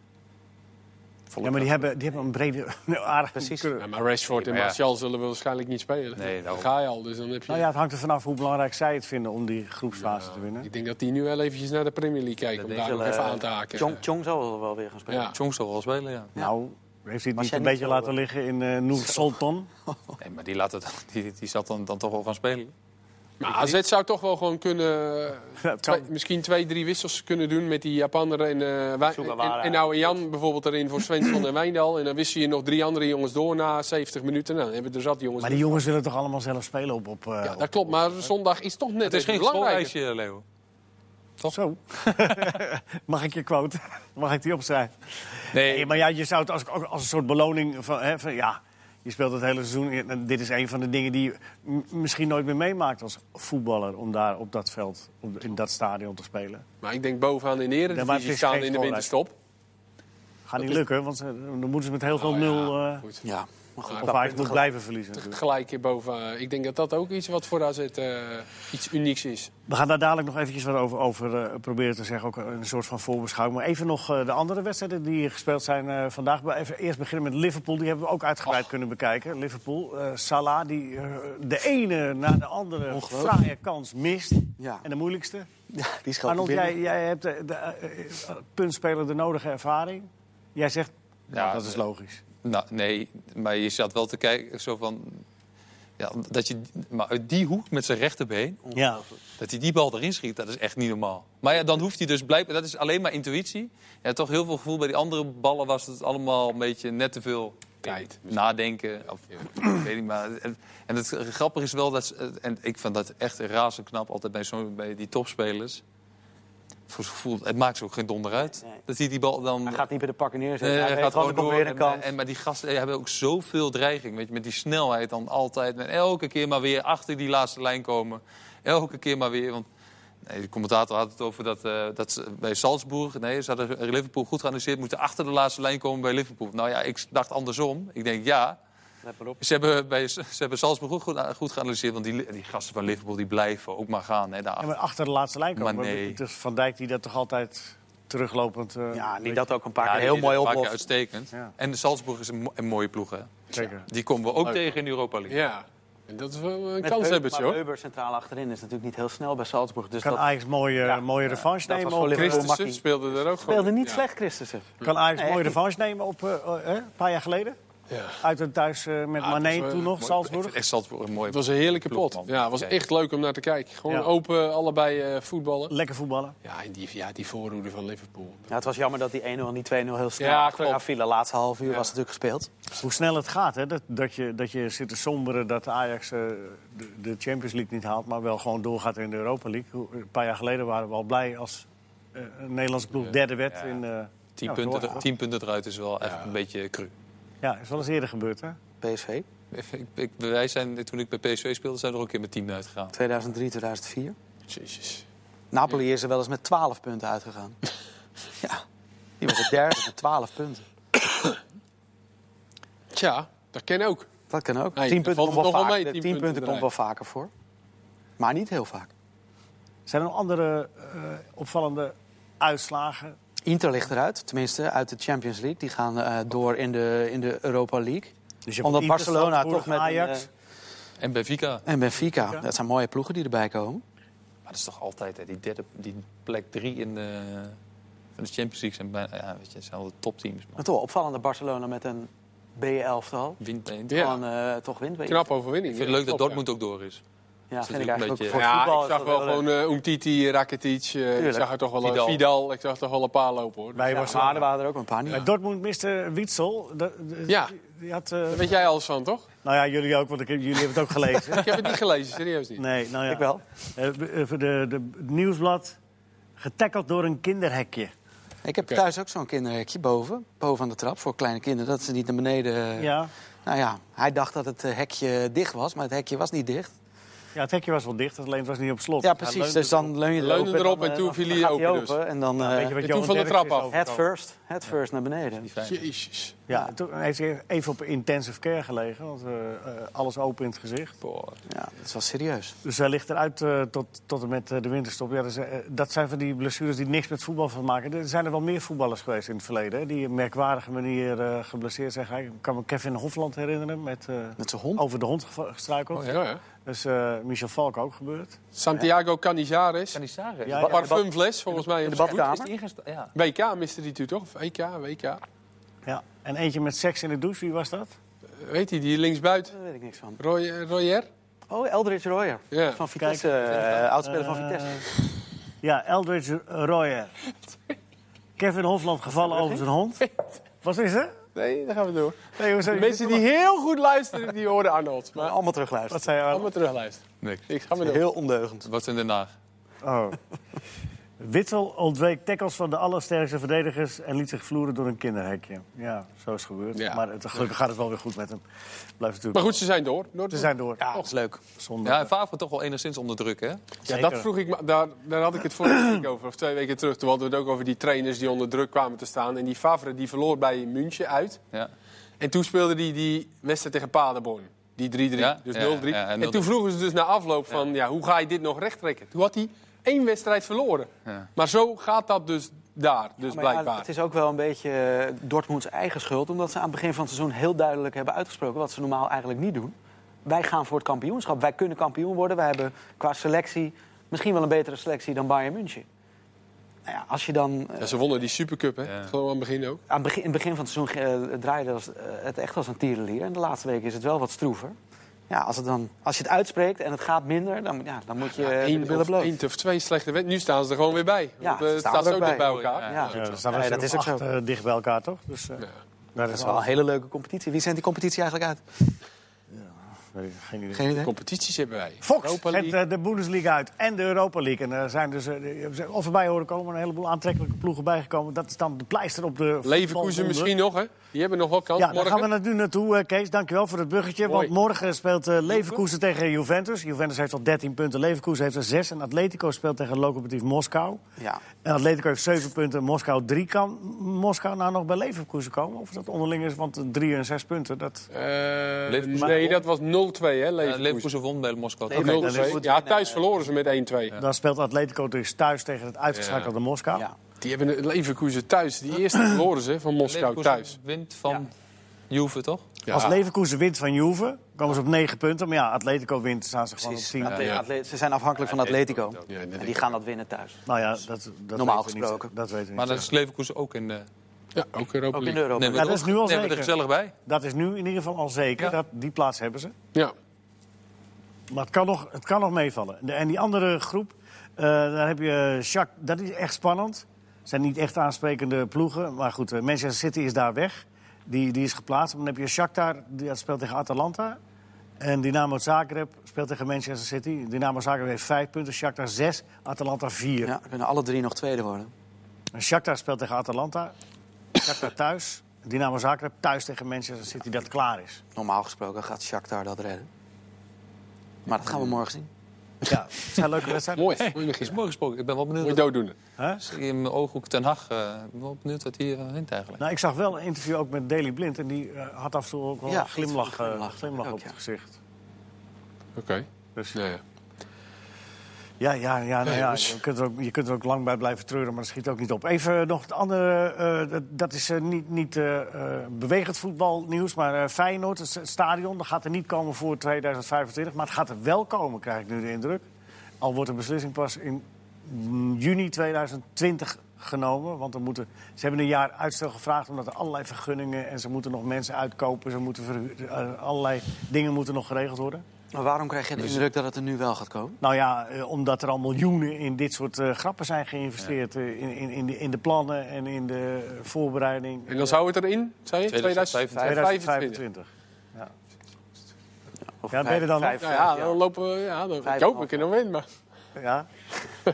Speaker 1: Ja, maar die hebben, die hebben een brede <laughs> aardig
Speaker 3: Precies.
Speaker 2: Ja, maar Rashford en
Speaker 4: Ja.
Speaker 2: Martial zullen we waarschijnlijk niet spelen.
Speaker 4: Nee,
Speaker 2: dan
Speaker 4: daarom.
Speaker 2: ga je al. Dus dan heb je...
Speaker 1: Nou ja, het hangt er vanaf hoe belangrijk zij het vinden om die groepsfase te winnen.
Speaker 2: Ik denk dat die nu wel eventjes naar de Premier League kijken.
Speaker 4: Dat
Speaker 2: Om
Speaker 4: denk
Speaker 2: daar
Speaker 4: ik
Speaker 2: nog
Speaker 3: wel,
Speaker 2: even
Speaker 3: eh,
Speaker 2: aan te haken.
Speaker 3: Chong, Chong zal wel weer gaan spelen.
Speaker 2: Ja.
Speaker 4: Chong zal wel spelen, ja.
Speaker 1: Nou, heeft hij het
Speaker 3: Maar
Speaker 1: niet een
Speaker 3: zij niet
Speaker 1: beetje
Speaker 3: zo,
Speaker 1: laten
Speaker 3: eh,
Speaker 1: liggen in eh Noor
Speaker 2: <laughs>
Speaker 1: Solton?
Speaker 4: Nee, maar die, laat het, <laughs> die, die zal dan, dan toch wel gaan spelen.
Speaker 2: Maar AZ zou toch wel gewoon kunnen...
Speaker 1: Ja, het
Speaker 2: twee-
Speaker 1: zou-
Speaker 2: misschien twee, drie wissels kunnen doen met die Japaner en, eh Wij-
Speaker 3: Sugawara.
Speaker 2: en, en oude Jan bijvoorbeeld erin voor Svensson en Wijndal. En dan wissel je nog drie andere jongens door na 70 minuten. Nou, dan hebben we er zat jongens.
Speaker 1: Maar die jongens willen toch allemaal zelf spelen op... op eh,
Speaker 2: Ja, dat klopt. Maar zondag is toch net
Speaker 4: Het is
Speaker 2: even
Speaker 4: geen
Speaker 2: belangrijk.
Speaker 4: schoolreisje, Leo.
Speaker 1: op- Zo. <laughs> Mag ik je quote? <laughs> Mag ik die opschrijven? Nee,
Speaker 4: Nee,
Speaker 1: maar ja, je zou het als, ook als een soort beloning van, hè, van... Ja, je speelt het hele seizoen. in- en Dit is een van de dingen die je m- misschien nooit meer meemaakt als voetballer... om daar op dat veld, op, in dat stadion te spelen.
Speaker 2: Maar ik denk bovenaan in de
Speaker 1: Ja, maar het
Speaker 2: Eredivisie
Speaker 1: is
Speaker 2: staan
Speaker 1: geen
Speaker 2: in de
Speaker 1: schoolreis.
Speaker 2: winterstop.
Speaker 1: Gaat niet
Speaker 2: is-
Speaker 1: lukken, want ze- dan moeten ze met heel veel
Speaker 2: Oh, ja,
Speaker 1: nul... eh
Speaker 2: goed. Nou,
Speaker 3: Ja, maar goed.
Speaker 2: Maar
Speaker 1: of Ajax moet blijven verliezen natuurlijk.
Speaker 2: Gelijk hier boven. eh, Ik denk dat dat ook iets wat voor AZ eh, iets unieks is.
Speaker 1: We gaan daar dadelijk nog eventjes wat over, over eh, proberen te zeggen. Ook een soort van voorbeschouwing. Maar even nog eh, de andere wedstrijden die gespeeld zijn eh, vandaag. Maar Even eerst beginnen met Liverpool. Die hebben we ook uitgebreid kunnen bekijken. Liverpool. eh, Salah die eh, de ene na de andere
Speaker 3: Ongelooflijk.
Speaker 1: fraaie kans mist.
Speaker 3: Ja.
Speaker 1: En de moeilijkste.
Speaker 3: Ja, die schoot
Speaker 1: Arnold,
Speaker 3: binnen.
Speaker 1: jij, jij hebt de, de, eh, eh, puntspeler de nodige ervaring. Jij zegt, nou,
Speaker 4: Ja,
Speaker 1: dat is
Speaker 4: eh,
Speaker 1: logisch.
Speaker 4: Nou, nee, maar je zat wel te kijken zo van... Ja, dat je, maar uit die hoek met zijn rechterbeen,
Speaker 1: Ja.
Speaker 4: dat hij die bal erin schiet, dat is echt niet normaal. Maar ja, dan hoeft hij dus blijkbaar, dat is alleen maar intuïtie. Ja, toch heel veel gevoel bij die andere ballen was het allemaal een beetje net te veel
Speaker 2: Tijd.
Speaker 4: nadenken. Of, weet ik maar. En, en het grappige is wel dat, ze- en ik vind dat echt razend knap altijd bij, zo, bij die topspelers. Voor zijn gevoel, het maakt ze ook geen donder uit.
Speaker 3: Nee, nee.
Speaker 4: Dat hij die bal dan
Speaker 3: Hij gaat niet bij de pakken neerzetten.
Speaker 4: Nee,
Speaker 3: hij
Speaker 4: hij
Speaker 3: weet
Speaker 4: Eh, gaat
Speaker 3: gewoon,
Speaker 4: gewoon
Speaker 3: er komt
Speaker 4: door.
Speaker 3: weer een
Speaker 4: En,
Speaker 3: kans.
Speaker 4: en, maar die gasten eh, hebben ook zoveel dreiging. Weet je, met die snelheid dan altijd. En elke keer maar weer achter die laatste lijn komen. Elke keer maar weer. Want nee, de commentator had het over dat, eh, dat ze bij Salzburg... Nee, ze hadden Liverpool goed geanalyseerd. Moeten achter de laatste lijn komen bij Liverpool. Nou ja, ik dacht andersom. Ik denk ja.
Speaker 3: Let maar op.
Speaker 4: Ze hebben, bij, ze hebben Salzburg ook goed, eh, goed geanalyseerd. Want die, die gasten van Liverpool die blijven ook maar gaan. Hè,
Speaker 1: En
Speaker 4: daarachter.
Speaker 1: maar achter de laatste lijn komen.
Speaker 4: Maar nee.
Speaker 1: Het is Van Dijk die dat toch altijd teruglopend... eh,
Speaker 3: Ja, die dat ook een paar
Speaker 4: Ja,
Speaker 3: keer
Speaker 4: die
Speaker 3: heel
Speaker 4: deden
Speaker 3: mooi
Speaker 4: het een paar
Speaker 3: oplost.
Speaker 4: keer uitstekend.
Speaker 1: Ja.
Speaker 4: En de Salzburg is een, mo- een mooie ploeg. Hè.
Speaker 1: Zeker.
Speaker 4: Die komen we ook tegen in de Europa League.
Speaker 2: Ja, en dat is wel een
Speaker 3: Met
Speaker 2: kans
Speaker 3: Beu-
Speaker 2: hebben,
Speaker 3: Maar
Speaker 2: hoor.
Speaker 3: Beuber centraal achterin is natuurlijk niet heel snel bij Salzburg. Dus
Speaker 1: Kan
Speaker 3: dat
Speaker 1: Ajax mooie, mooie revanche
Speaker 3: dat
Speaker 1: nemen?
Speaker 3: was voor
Speaker 1: op, eh,
Speaker 3: Liverpool.
Speaker 2: Christensen
Speaker 3: Makkie.
Speaker 2: speelde er ook gewoon.
Speaker 3: speelde niet
Speaker 2: Ja.
Speaker 3: slecht, Christensen.
Speaker 1: Kan Ajax
Speaker 3: Nee,
Speaker 1: mooi
Speaker 3: echt
Speaker 1: revanche nemen op eh, eh, eh, een paar jaar geleden?
Speaker 2: Ja.
Speaker 1: Uit en thuis eh, met
Speaker 2: Ah,
Speaker 1: Mané
Speaker 2: dat was, eh,
Speaker 1: toen nog,
Speaker 4: Mooi, Ik
Speaker 1: Salzburg.
Speaker 4: vind echt Salzburg een mooie
Speaker 2: Het was een heerlijke pot.
Speaker 4: Klopt, man.
Speaker 2: Ja, het was
Speaker 4: Kijk.
Speaker 2: echt leuk om naar te kijken. Gewoon
Speaker 1: Ja.
Speaker 2: open, allebei eh, voetballen.
Speaker 1: Lekker voetballen.
Speaker 2: Ja, en die, ja, die voorhoede van Liverpool.
Speaker 3: Ja, het was jammer dat die 1-0 en die 2-0 heel snel
Speaker 2: Ja,
Speaker 3: achter elkaar
Speaker 2: klopt.
Speaker 3: vielen. Laatste half uur
Speaker 2: Ja.
Speaker 3: was natuurlijk gespeeld.
Speaker 1: Hoe snel het gaat, hè? Dat, dat, je, dat je zit te somberen dat Ajax eh, de, de Champions League niet haalt... maar wel gewoon doorgaat in de Europa League. Hoe- Een paar jaar geleden waren we al blij als eh, een Nederlandse ploeg derde werd.
Speaker 4: Ja.
Speaker 1: In, eh,
Speaker 4: Tien,
Speaker 1: ja,
Speaker 4: punten,
Speaker 1: doorgaat.
Speaker 4: tien punten eruit is wel echt een beetje cru.
Speaker 1: Ja, is wel eens eerder gebeurd, hè?
Speaker 3: PSV,
Speaker 4: Ik, ik, wij zijn, toen ik bij PSV speelde, zijn we er ook een keer met tien uitgegaan.
Speaker 3: 2003, 2004.
Speaker 2: Jezus.
Speaker 3: Napoli is er wel eens met 12 punten
Speaker 2: <laughs>
Speaker 3: uitgegaan. ja, die was de derde met 12 punten.
Speaker 2: Tja, dat ken ook.
Speaker 3: Dat kan ook.
Speaker 2: Nee,
Speaker 3: 10
Speaker 2: dan
Speaker 3: punten
Speaker 2: valt
Speaker 3: komt wel,
Speaker 2: het nog wel mee,
Speaker 3: vaak. De
Speaker 2: 10
Speaker 3: 10
Speaker 2: punten
Speaker 3: punten komt wel
Speaker 2: eruit.
Speaker 3: vaker voor. Maar niet heel vaak.
Speaker 1: Zijn er nog andere eh, opvallende uitslagen?
Speaker 3: Inter ligt eruit, tenminste uit de Champions League. Die gaan eh, door in de, in de Europa League.
Speaker 1: Dus je hebt
Speaker 3: Omdat
Speaker 1: Inter,
Speaker 3: Barcelona
Speaker 1: Salzburg,
Speaker 3: toch met een,
Speaker 1: Ajax...
Speaker 3: eh,
Speaker 4: En Benfica.
Speaker 3: En Benfica, dat zijn mooie ploegen die erbij komen.
Speaker 4: Maar dat is toch altijd, hè, die, derde, die plek drie in de, van de Champions League zijn, bijna, ja, weet je, zijn al de topteams.
Speaker 3: Maar
Speaker 4: Man.
Speaker 3: toch wel opvallend dat Barcelona met een B-elftal.
Speaker 4: Wint één.
Speaker 2: Ja.
Speaker 3: Gewoon eh, toch wint bij
Speaker 2: Knap overwinning.
Speaker 4: Ik vind
Speaker 2: Ja,
Speaker 4: het leuk dat
Speaker 2: klopt,
Speaker 4: Dortmund ook door is.
Speaker 3: Inter. Ja,
Speaker 4: is
Speaker 3: vind ik
Speaker 4: natuurlijk
Speaker 3: eigenlijk
Speaker 4: een
Speaker 3: ook voor
Speaker 2: Ja,
Speaker 4: beetje-
Speaker 3: voetbal.
Speaker 2: ik zag wel gewoon eh Umtiti, Rakitic. eh, ik zag er toch wel eh,
Speaker 4: Vidal.
Speaker 2: Vidal. Ik zag toch wel een paar lopen, hoor.
Speaker 1: Bij
Speaker 3: Ja,
Speaker 1: Barcelona.
Speaker 3: maar er waren er ook een paar niet.
Speaker 1: Bij Dortmund miste Witsel. Dat- dat-
Speaker 2: Ja.
Speaker 1: Die had, eh,
Speaker 2: Daar weet jij alles van, toch?
Speaker 1: nou ja, jullie ook, want ik, heb- jullie hebben het ook gelezen.
Speaker 2: <laughs> Ik heb het niet gelezen, serieus niet.
Speaker 1: Nee, nou ja.
Speaker 3: Ik wel.
Speaker 1: Eh, b- eh, voor de, de het nieuwsblad. Getackeld door een kinderhekje.
Speaker 3: Ik heb
Speaker 2: Oké.
Speaker 3: thuis ook zo'n kinderhekje boven. Boven aan de trap voor kleine kinderen. Dat ze niet naar beneden... eh,
Speaker 1: Ja.
Speaker 3: Nou ja, hij dacht dat het eh, hekje dicht was, maar het hekje was niet dicht.
Speaker 1: ja, het hekje was wel dicht, alleen het was niet op slot.
Speaker 3: Ja,
Speaker 1: leuk
Speaker 3: precies. Dus dan leun je
Speaker 2: Leun
Speaker 3: erop.
Speaker 2: erop
Speaker 3: dan,
Speaker 2: en
Speaker 3: eh,
Speaker 2: toen
Speaker 3: dan
Speaker 2: viel hij
Speaker 3: gaat
Speaker 2: open dus.
Speaker 3: En dan eh,
Speaker 1: Nou, Weet je wat
Speaker 2: en
Speaker 1: Johan
Speaker 2: toen van de
Speaker 1: Derksen
Speaker 2: trap
Speaker 1: is
Speaker 2: af.
Speaker 3: head
Speaker 1: overgekomen?
Speaker 3: first. Head first naar beneden.
Speaker 4: Die vijf.
Speaker 2: Jezus.
Speaker 1: Ja, toen heeft hij even op intensive care gelegen, want eh, eh, alles open in het gezicht.
Speaker 4: Boah.
Speaker 3: Ja, dat was serieus.
Speaker 1: Dus hij ligt eruit eh, tot, tot en met eh, de winterstop. Ja, dat, is, eh, dat zijn van die blessures die niks met voetbal van maken. Er zijn er wel meer voetballers geweest in het verleden, hè, die op merkwaardige manier eh, geblesseerd zijn. geraakt. Ik kan me Kevin Hofland herinneren met... eh,
Speaker 3: Met zijn hond.
Speaker 1: over de hond geva- gestruikeld.
Speaker 2: Oh, Ja, ja.
Speaker 1: Dus eh, Michel Valk ook gebeurd.
Speaker 2: Santiago Canizares.
Speaker 4: Canizares.
Speaker 1: Ja,
Speaker 4: Ja,
Speaker 1: ja.
Speaker 2: Parfumfles, volgens mij.
Speaker 3: in de
Speaker 2: op zijn
Speaker 3: badkamer.
Speaker 4: Is die ingesta- ja.
Speaker 2: voet. WK miste die toen, toch? Of EK, WK. Eh,
Speaker 1: Ja. En eentje met seks in de douche, wie was dat?
Speaker 2: Weet hij, die linksbuiten.
Speaker 3: Daar weet ik niks van.
Speaker 2: Roy, Royer?
Speaker 3: Oh, Eldridge Royer.
Speaker 2: Ja.
Speaker 3: Van Vitesse. eh, oudspeler van Vitesse.
Speaker 1: <laughs> Ja, Eldridge Royer. Kevin Hofland gevallen over zijn hond. Wat is er?
Speaker 2: Nee, daar gaan we door.
Speaker 1: Nee, hoe
Speaker 2: De
Speaker 1: zei
Speaker 2: mensen die heel goed luisteren, die horen Arnold. Maar
Speaker 3: Allemaal
Speaker 1: Wat
Speaker 3: terugluisteren.
Speaker 1: zei je?
Speaker 2: allemaal terugluisteren.
Speaker 4: Niks.
Speaker 2: Ik ga maar door.
Speaker 3: Heel ondeugend.
Speaker 4: Wat in Den Haag.
Speaker 1: Oh. Witsel ontweek tackles van de allersterkste verdedigers en liet zich vloeren door een kinderhekje. Ja, zo is het gebeurd.
Speaker 2: Ja.
Speaker 1: Maar het, gelukkig gaat het wel weer goed met hem. Blijft natuurlijk.
Speaker 2: Maar goed, ze zijn door. Noord-
Speaker 1: ze zijn door.
Speaker 2: Ja,
Speaker 3: Dat is leuk.
Speaker 1: Zonde.
Speaker 4: Ja, en Favre toch wel enigszins onder druk, hè?
Speaker 2: Ja,
Speaker 1: Zeker.
Speaker 2: dat vroeg ik, me- daar, daar had ik het vorige week over, of twee weken terug. Toen hadden we het ook over die trainers die onder druk kwamen te staan. En die Favre die verloor bij München uit.
Speaker 4: Ja.
Speaker 2: En toen speelde hij die wedstrijd tegen Paderborn. Die 3-3,
Speaker 4: Ja,
Speaker 2: dus
Speaker 4: ja,
Speaker 2: 0-3.
Speaker 4: ja, ja,
Speaker 2: en toen vroegen ze dus na afloop van, ja, hoe ga je dit nog rechttrekken? Toen had hij één wedstrijd verloren.
Speaker 4: Ja.
Speaker 2: Maar zo gaat dat dus daar, dus
Speaker 3: Maar ja,
Speaker 2: blijkbaar.
Speaker 3: het is ook wel een beetje eh, Dortmunds eigen schuld. Omdat ze aan het begin van het seizoen heel duidelijk hebben uitgesproken... wat ze normaal eigenlijk niet doen. Wij gaan voor het kampioenschap. Wij kunnen kampioen worden. Wij hebben qua selectie misschien wel een betere selectie dan Bayern München. Nou ja, als je dan... eh,
Speaker 2: Ja, ze wonnen die Supercup, hè?
Speaker 4: Ja.
Speaker 2: Gewoon aan het begin ook.
Speaker 3: aan het begin, in het begin van het seizoen eh, draaide als, eh, het echt als een tierenlier. En de laatste weken is het wel wat stroever. Ja, als, het dan, als je het uitspreekt en het gaat minder, dan, ja, dan moet je eh, de
Speaker 2: Eén
Speaker 3: billen
Speaker 2: of,
Speaker 3: bloot.
Speaker 2: één of twee slechte wedstrijden. Nu staan ze er gewoon weer bij.
Speaker 3: Ja,
Speaker 2: Want, eh,
Speaker 3: ze
Speaker 2: het
Speaker 3: staan
Speaker 2: staat
Speaker 3: er
Speaker 2: zo
Speaker 3: ook
Speaker 2: dicht bij
Speaker 3: bij.
Speaker 2: elkaar.
Speaker 4: Ja.
Speaker 3: Ja,
Speaker 1: Ja, dan staan we
Speaker 3: Nee,
Speaker 1: dat
Speaker 3: dat is ook zo.
Speaker 1: eh, dicht bij elkaar, toch? Dus, eh, daar
Speaker 3: Dat
Speaker 1: is
Speaker 3: is wel
Speaker 1: wel.
Speaker 3: een hele leuke competitie. Wie zendt die competitie eigenlijk uit?
Speaker 1: Nee, geen idee.
Speaker 3: Geen idee.
Speaker 2: Competities hebben wij.
Speaker 1: Fox
Speaker 2: Europa
Speaker 1: zet
Speaker 2: League.
Speaker 1: eh, de Bundesliga uit en de Europa League. En er zijn dus, eh, die hebben ze of erbij horen komen, een heleboel aantrekkelijke ploegen bijgekomen. Dat is dan de pleister op de...
Speaker 2: Leverkusen
Speaker 1: voetbalwonde.
Speaker 2: misschien nog, hè? Die hebben nog wel kans
Speaker 1: Ja, daar
Speaker 2: morgen.
Speaker 1: gaan we natuurlijk naartoe, eh, Kees. Dankjewel voor het bruggetje.
Speaker 2: Mooi.
Speaker 1: Want morgen speelt eh, Leverkusen tegen Juventus. Juventus heeft al 13 punten, Leverkusen heeft er 6. En Atletico speelt tegen Lokomotiv Moskou.
Speaker 3: Ja.
Speaker 1: En Atletico heeft 7 punten, Moskou 3. Kan Moskou nou nog bij Leverkusen komen? Of dat onderling is, want 3 en 6 punten, dat...
Speaker 2: Eh,
Speaker 4: Leverkusen.
Speaker 2: nee, dat was 0-2, hè?
Speaker 4: Eh,
Speaker 2: Leverkusen.
Speaker 4: Leverkusen won bij Moskou.
Speaker 3: Nee,
Speaker 4: toch?
Speaker 3: Oké,
Speaker 2: 0-2.
Speaker 3: dan is het-
Speaker 2: ja, thuis verloren ze met 1-2.
Speaker 1: Dan speelt Atletico dus thuis tegen het uitgeschakelde Moskou.
Speaker 3: Ja.
Speaker 2: Die hebben de Leverkusen thuis. Die eerste verloren ze van Moskou
Speaker 4: Leverkusen
Speaker 2: thuis. Ah.
Speaker 4: wint van Juve, toch?
Speaker 2: Ja.
Speaker 1: Als Leverkusen wint van Juve, komen ze op 9 punten. Maar ja, Atletico wint, staan ze gewoon op 10.
Speaker 3: Atle-
Speaker 2: Ja.
Speaker 3: Atle- ze zijn afhankelijk van Atletico.
Speaker 2: Ja, dat
Speaker 3: en
Speaker 2: denk
Speaker 3: die
Speaker 2: ik
Speaker 3: gaan dat winnen thuis.
Speaker 1: Nou ja, dat, dat
Speaker 3: Normaal
Speaker 1: weten we niet.
Speaker 3: gesproken.
Speaker 1: Dat weten we
Speaker 4: Maar
Speaker 1: niet.
Speaker 4: dan is Leverkusen ook in de...
Speaker 2: Ja, ook Europa
Speaker 3: Ook in de
Speaker 2: League.
Speaker 4: Nemen
Speaker 3: Europa.
Speaker 4: we
Speaker 1: Ja,
Speaker 4: het
Speaker 1: dat is nu al
Speaker 4: nemen we er
Speaker 1: zeker.
Speaker 4: gezellig bij.
Speaker 1: Dat is nu in ieder geval al zeker.
Speaker 4: Ja.
Speaker 1: Dat, die plaats hebben ze.
Speaker 2: Ja.
Speaker 1: Maar het kan nog, het kan nog meevallen. De- en die andere groep, eh, daar heb je Jacques. Dat is echt spannend. Het zijn niet echt aansprekende ploegen. Maar goed, eh, Manchester City is daar weg. Die, die is geplaatst. Dan heb je Shakhtar, die dat speelt tegen Atalanta. En Dynamo Zagreb speelt tegen Manchester City. Dynamo Zagreb heeft vijf punten, Shakhtar zes, Atalanta vier.
Speaker 3: Ja, kunnen alle drie nog tweede worden.
Speaker 1: En Shakhtar speelt tegen Atalanta. Shakhtar thuis. Dynamo Zagreb thuis tegen Manchester City, dat klaar is.
Speaker 3: Normaal gesproken gaat Shakhtar dat redden. Maar dat gaan we morgen zien.
Speaker 1: Ja, het zijn leuke wedstrijden.
Speaker 2: Mooi. Mooi
Speaker 4: Is
Speaker 2: begin.
Speaker 4: mooi gesproken. Ik ben wel benieuwd.
Speaker 2: Mooi dooddoener.
Speaker 1: Hè?
Speaker 4: wat- In mijn ooghoek Ten Hag. eh, Ik ben wel benieuwd wat hier eh, hint eigenlijk.
Speaker 1: Nou, ik zag wel een interview ook met Daily Blind. En die eh, had af en toe ook wel
Speaker 3: Ja,
Speaker 1: een glimlach,
Speaker 3: iets van glimlach.
Speaker 1: eh, glimlach
Speaker 3: Ook,
Speaker 1: op
Speaker 3: ja.
Speaker 1: het gezicht.
Speaker 2: Oké.
Speaker 1: Dus ja,
Speaker 2: Nou ja.
Speaker 1: ja, ja, nou
Speaker 2: Nee,
Speaker 1: ja
Speaker 2: dus-
Speaker 1: je, kunt er ook, je kunt er ook lang bij blijven treuren, maar dat schiet ook niet op. Even nog het andere, eh, dat, dat is eh, niet, niet eh, eh, bewegend voetbalnieuws, maar eh, Feyenoord, het stadion, dat gaat er niet komen voor 2025. Maar het gaat er wel komen, krijg ik nu de indruk. Al wordt de beslissing pas in juni 2020 genomen. Want er moeten, ze hebben een jaar uitstel gevraagd omdat er allerlei vergunningen... en ze moeten nog mensen uitkopen, ze moeten verhu- eh, allerlei dingen moeten nog geregeld worden.
Speaker 3: Maar waarom krijg je de indruk dat het er nu wel gaat komen?
Speaker 1: Nou ja, eh, omdat er al miljoenen in dit soort eh, grappen zijn geïnvesteerd. eh, in, in, in, de, in de plannen en in de eh, voorbereiding.
Speaker 2: En dan zou het erin, zei je? 2025.
Speaker 1: 2025. Ja.
Speaker 3: Of
Speaker 1: Ja, ben je er dan
Speaker 3: vijf-
Speaker 2: Nou
Speaker 3: vijf
Speaker 2: ja,
Speaker 3: jaar?
Speaker 2: dan lopen we... Ja, dan,
Speaker 3: Vijf
Speaker 2: ik hoop
Speaker 3: en
Speaker 2: we kunnen winnen, maar...
Speaker 3: <laughs>
Speaker 1: ja.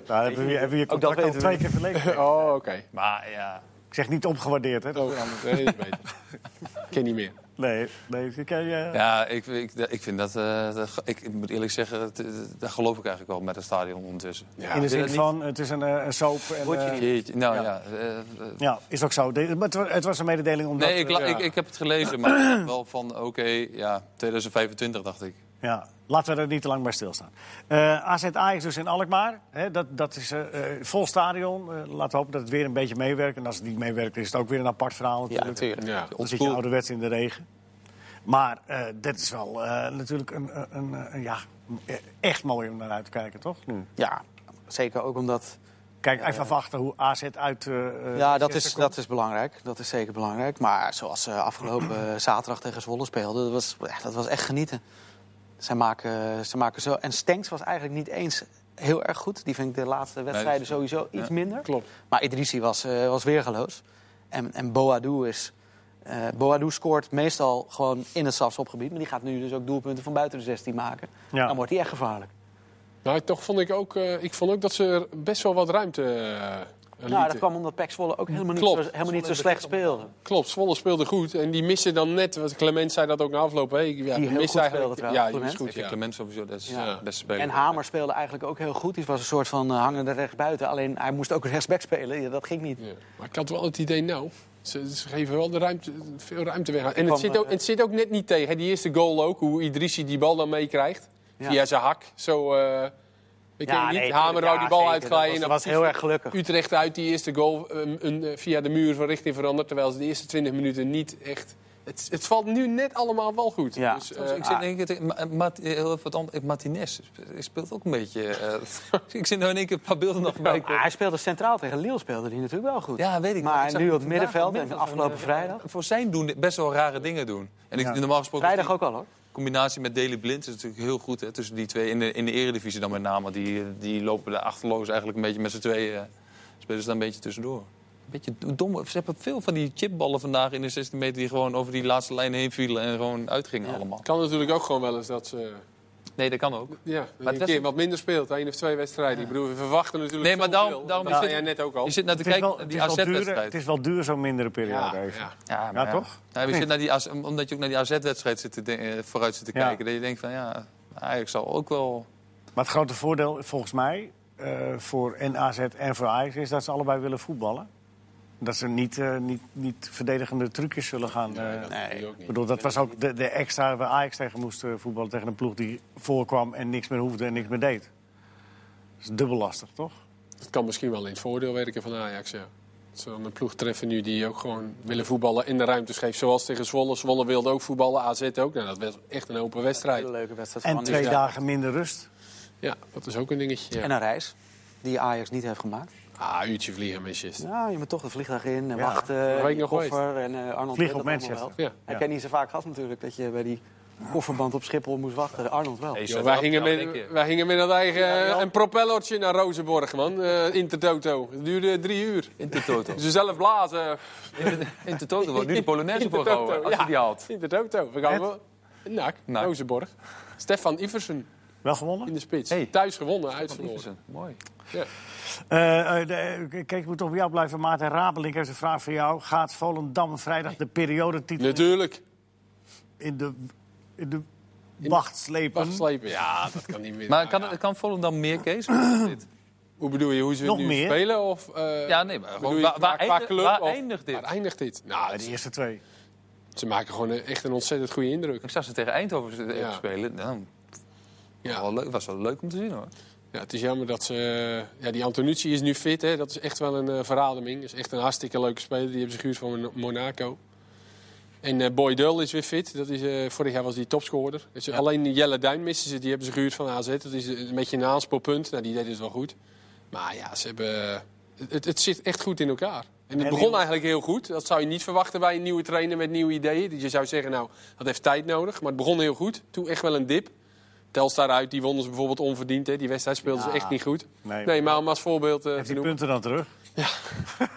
Speaker 1: Nou, hebben we, hebben we je
Speaker 3: dat
Speaker 1: contract al
Speaker 3: weten we
Speaker 1: twee
Speaker 3: niet.
Speaker 1: keer verlengd.
Speaker 3: <laughs>
Speaker 2: Oh, oké.
Speaker 4: Maar ja,
Speaker 1: Ik zeg niet opgewaardeerd, hè?
Speaker 2: Oh, nee, dat is beter.
Speaker 3: <laughs>
Speaker 2: Ik ken niet meer.
Speaker 1: Nee, nee. Ik, ken je.
Speaker 4: ja ik, ik, ik vind dat... eh, dat- ik, ik moet eerlijk zeggen, het- het- daar geloof ik eigenlijk wel met het stadion ondertussen.
Speaker 2: Ja.
Speaker 1: in de zin
Speaker 4: dat niet-
Speaker 1: van, het is een, eh, een soap. En,
Speaker 3: Word je
Speaker 1: eh,
Speaker 3: niet.
Speaker 4: Jeetje, nou ja. eh, eh,
Speaker 1: ja, is ook zo. De- maar het, wa- het was een mededeling omdat... eh,
Speaker 4: nee, ik,
Speaker 1: we-
Speaker 4: la-
Speaker 2: ja.
Speaker 4: ik, ik heb het gelezen, maar wel van oké, ja, 2025 dacht ik.
Speaker 1: Ja, laten we er niet te lang bij stilstaan. Eh AZ Ajax dus in Alkmaar. Hè, dat, dat is eh, eh, vol stadion. Eh, laten we hopen dat het weer een beetje meewerkt. En als het niet meewerkt, is het ook weer een apart verhaal natuurlijk.
Speaker 2: Ja.
Speaker 1: Dan zit je ouderwets in de regen. Maar eh dit is wel eh, natuurlijk een, een, een- een- ja, eh, echt mooi om naar uit te kijken, toch? Nu.
Speaker 3: Ja, zeker ook omdat...
Speaker 1: Kijk, even afwachten hoe AZ uit... eh, eh,
Speaker 3: Ja, dat
Speaker 1: Manchester
Speaker 3: is,
Speaker 1: komt.
Speaker 3: dat is belangrijk. Dat is zeker belangrijk. Maar zoals ze afgelopen eh, zaterdag tegen Zwolle speelden, dat was, ja, dat was echt genieten. Zij maken, ze maken zo... En Stenks was eigenlijk niet eens heel erg goed. Die vind ik de laatste wedstrijden sowieso iets minder.
Speaker 2: Klopt.
Speaker 3: Maar Idrissi was, eh, was weergeloos. En, en Boadu is... eh Boadu scoort meestal gewoon in het strafschopgebied. Maar die gaat nu dus ook doelpunten van buiten de 16 maken.
Speaker 1: Ja.
Speaker 3: Dan wordt hij echt gevaarlijk.
Speaker 2: Nou, toch vond ik ook, eh, ik vond ook dat ze er best wel wat ruimte eh lieten.
Speaker 3: Nou, dat kwam omdat Pek Zwolle ook helemaal niet,
Speaker 2: Klopt.
Speaker 3: zo, helemaal niet zo slecht speelde.
Speaker 2: Klopt, Zwolle speelde goed. En die missen dan net, want Clement zei dat ook na afloop. Hè. Ik- Ja,
Speaker 3: heel
Speaker 2: mist
Speaker 3: goed
Speaker 2: eigenlijk-
Speaker 3: speelde trouwens,
Speaker 2: Ja, die is
Speaker 4: Ik
Speaker 2: goed,
Speaker 4: vind
Speaker 2: ja.
Speaker 4: Clement sowieso dat is
Speaker 3: Ja.
Speaker 4: de beste speler.
Speaker 3: En Hamer speelde eigenlijk ook heel goed. Die was een soort van eh, hangende rechtsbuiten. Alleen hij moest ook rechtsback spelen. Ja, dat ging niet.
Speaker 2: Ja. Maar ik had wel het idee, nou, ze, ze geven wel de ruimte, veel ruimte weg. En
Speaker 3: kwam,
Speaker 2: het zit, ook,
Speaker 3: eh,
Speaker 2: het zit ook net niet tegen. hè. Die eerste goal ook, hoe Idrissi die bal dan meekrijgt.
Speaker 3: Ja.
Speaker 2: Via zijn hak. Zo, eh ik
Speaker 3: Ja,
Speaker 2: weet niet,
Speaker 3: nee,
Speaker 2: Hamer wou
Speaker 3: ja,
Speaker 2: die bal
Speaker 3: zeker.
Speaker 2: uitglijden.
Speaker 3: Dat
Speaker 2: en
Speaker 3: was,
Speaker 2: dan
Speaker 3: was heel erg gelukkig.
Speaker 2: Utrecht uit die eerste goal eh, een, eh, via de muur van richting veranderd. Terwijl ze de eerste 20 minuten niet echt... Het, het valt nu net allemaal wel goed.
Speaker 3: Ja.
Speaker 2: Dus, eh,
Speaker 4: Trouwens, ik
Speaker 3: ah.
Speaker 4: zit in één keer tegen- Ma- eh, Mart- eh, heel even wat anders. Eh, Martinez speelt ook een beetje. eh, <laughs> ik zit nou in één keer een paar beelden nog bij.
Speaker 3: <laughs> Maar hij speelde centraal tegen Lille speelde hij natuurlijk wel goed.
Speaker 4: Ja, weet ik.
Speaker 3: Maar
Speaker 4: ik zag
Speaker 3: nu
Speaker 4: hem
Speaker 3: op
Speaker 4: vandaag
Speaker 3: het middenveld
Speaker 4: op het
Speaker 3: en
Speaker 4: middenveld
Speaker 3: afgelopen
Speaker 4: gewoon, eh,
Speaker 3: vrijdag?
Speaker 4: Voor zijn doen best wel rare dingen doen. En ik,
Speaker 1: Ja.
Speaker 4: normaal gesproken.
Speaker 3: Vrijdag ook al hoor.
Speaker 4: combinatie met Daily Blind is natuurlijk heel goed hè, tussen die twee. In de, in de eredivisie dan met name. Die, eh, die lopen de achterloos eigenlijk een beetje met z'n tweeën. eh, Spelen ze daar een beetje tussendoor. Een beetje dom. Ze hebben veel van die chipballen vandaag in de 16 meter... die gewoon over die laatste lijn heen vielen en gewoon uitgingen allemaal.
Speaker 2: het kan natuurlijk ook gewoon wel eens dat ze... eh,
Speaker 4: Nee, dat kan ook.
Speaker 2: Ja, dat je
Speaker 4: was-
Speaker 2: een keer wat minder speelt. één of twee wedstrijden. Ik bedoel, we verwachten natuurlijk
Speaker 4: Nee, maar daarom-
Speaker 2: zoveel.
Speaker 4: daarom
Speaker 2: dat
Speaker 4: is
Speaker 2: zei
Speaker 4: Oh, het-
Speaker 2: jij net ook al.
Speaker 4: Je zit naar te
Speaker 1: Het is,
Speaker 4: kijken
Speaker 1: wel,
Speaker 4: naar
Speaker 1: het,
Speaker 4: die
Speaker 1: is wel duur,
Speaker 4: AZ-wedstrijd.
Speaker 1: het is wel duur zo'n mindere periode
Speaker 2: ja,
Speaker 1: even.
Speaker 2: ja.
Speaker 4: Ja,
Speaker 1: Ja, toch?
Speaker 4: Ja, we zitten naar die AZ omdat je ook naar die AZ-wedstrijd zit te de- eh, vooruit zit te
Speaker 1: Ja.
Speaker 4: kijken. Dat je denkt van ja, Ajax zal ook wel...
Speaker 1: Maar het grote voordeel volgens mij eh, voor en AZ en voor Ajax is dat ze allebei willen voetballen. Dat ze niet, eh, niet, niet verdedigende trucjes zullen gaan. eh,
Speaker 2: Nee, dat doe je ook
Speaker 1: ik
Speaker 2: niet.
Speaker 1: bedoel, dat was ook de, de extra waar Ajax tegen moest eh, voetballen. Tegen een ploeg die voorkwam en niks meer hoefde en niks meer deed. Dat is dubbel lastig, toch?
Speaker 2: Het kan misschien wel in het voordeel werken van Ajax, ja. Dat ze dan een ploeg treffen nu die ook gewoon willen voetballen in de ruimte geeft. Zoals tegen Zwolle. Zwolle wilde ook voetballen, AZ ook. Nou, dat werd echt een open wedstrijd.
Speaker 3: Hele leuke wedstrijd
Speaker 1: En
Speaker 3: van
Speaker 1: twee
Speaker 3: Andy.
Speaker 1: dagen minder rust.
Speaker 2: Ja, dat is ook een dingetje.
Speaker 3: En
Speaker 2: Ja.
Speaker 3: een reis die Ajax niet heeft gemaakt.
Speaker 2: Ah, uurtje vliegen, Manchester.
Speaker 3: Ja, je moet toch de vliegtuig in en
Speaker 1: Ja,
Speaker 3: wachten.
Speaker 2: dat weet ik
Speaker 3: je
Speaker 2: nog
Speaker 3: koffer en eh, Arnold
Speaker 1: Vlieg
Speaker 3: deed
Speaker 1: op
Speaker 3: dat allemaal
Speaker 1: Manchester.
Speaker 3: wel.
Speaker 2: Ja.
Speaker 1: Ja.
Speaker 3: Heb jij niet zo vaak gehad natuurlijk dat je bij die kofferband op Schiphol moest wachten. Arnold wel.
Speaker 4: Nee,
Speaker 2: Joh, wij, gingen
Speaker 4: Ja, denk
Speaker 2: met,
Speaker 4: je.
Speaker 2: wij gingen met dat eigen eh, een propellertje naar Rozenborg, man. Eh Intertoto. Het duurde drie uur.
Speaker 4: In de <laughs> toto.
Speaker 2: Ze zelf blazen.
Speaker 4: In de toto wordt nu de <laughs> Polonaise
Speaker 2: In de
Speaker 4: voor gehouden,
Speaker 2: toto,
Speaker 4: als je
Speaker 2: ja.
Speaker 4: die haalt.
Speaker 2: Intertoto. We gaan wel... Nak,
Speaker 4: NAC.
Speaker 2: Rozenborg. Stefan Iversen
Speaker 1: Wel
Speaker 2: in
Speaker 1: gewonnen?
Speaker 2: de spits.
Speaker 4: Hey.
Speaker 2: Thuis gewonnen, uitverloren.
Speaker 4: Mooi.
Speaker 2: Ja.
Speaker 1: Eh, eh, de- eh, Kijk, ik moet op jou blijven. Maarten Rabelink heeft een vraag voor jou. Gaat Volendam vrijdag de periodetitel in-
Speaker 2: Natuurlijk.
Speaker 1: in de, in de wacht slepen?
Speaker 2: Wacht slepen. Ja, dat kan niet meer.
Speaker 4: Maar
Speaker 2: Nou, ja.
Speaker 4: kan, kan Volendam meer, Kees? Of is dit?
Speaker 2: Hoe bedoel je, hoe ze
Speaker 1: Nog
Speaker 2: nu
Speaker 1: meer?
Speaker 2: spelen? Of, eh,
Speaker 4: Ja, nee, maar
Speaker 2: bedoel
Speaker 4: gewoon,
Speaker 2: je
Speaker 4: waar,
Speaker 2: qua-
Speaker 4: waar
Speaker 2: qua
Speaker 4: eindig-
Speaker 2: club
Speaker 4: waar
Speaker 2: of-
Speaker 4: eindigt dit?
Speaker 2: Waar eindigt dit? Nou,
Speaker 1: Ja, de eerste twee.
Speaker 2: ze maken gewoon eh, echt een ontzettend goede indruk.
Speaker 4: Ik zag ze tegen Eindhoven even
Speaker 2: Ja.
Speaker 4: spelen. Nou,
Speaker 2: Ja.
Speaker 4: wel leuk, was wel leuk om te zien, hoor.
Speaker 2: Ja, het is jammer dat ze... eh, Ja, die Antonucci is nu fit, hè. Dat is echt wel een eh, verademing. Dat is echt een hartstikke leuke speler. Die hebben ze gehuurd van Mon- Monaco. En eh Boy Dull is weer fit. Dat is, eh, vorig jaar was die topscorer. Dus Alleen Jelle Duin missen ze. Die hebben ze gehuurd van AZ. Dat is een beetje een aanspoorpunt. Nou, die deed het wel goed. Maar ja, ze hebben... eh, Het, het zit echt goed in elkaar. En het
Speaker 1: En
Speaker 2: begon
Speaker 1: die-
Speaker 2: eigenlijk heel goed. Dat zou je niet verwachten bij een nieuwe trainer met nieuwe ideeën. Je zou zeggen, nou, dat heeft tijd nodig. Maar het begon heel goed. Toen echt wel een dip. Telstar uit, die wonnen ze bijvoorbeeld onverdiend. Hè. Die wedstrijd speelden
Speaker 1: Ja.
Speaker 2: ze echt niet goed.
Speaker 1: Nee,
Speaker 2: Nee, maar om als voorbeeld eh,
Speaker 1: heeft
Speaker 2: te
Speaker 1: die
Speaker 2: noemen.
Speaker 1: punten dan terug?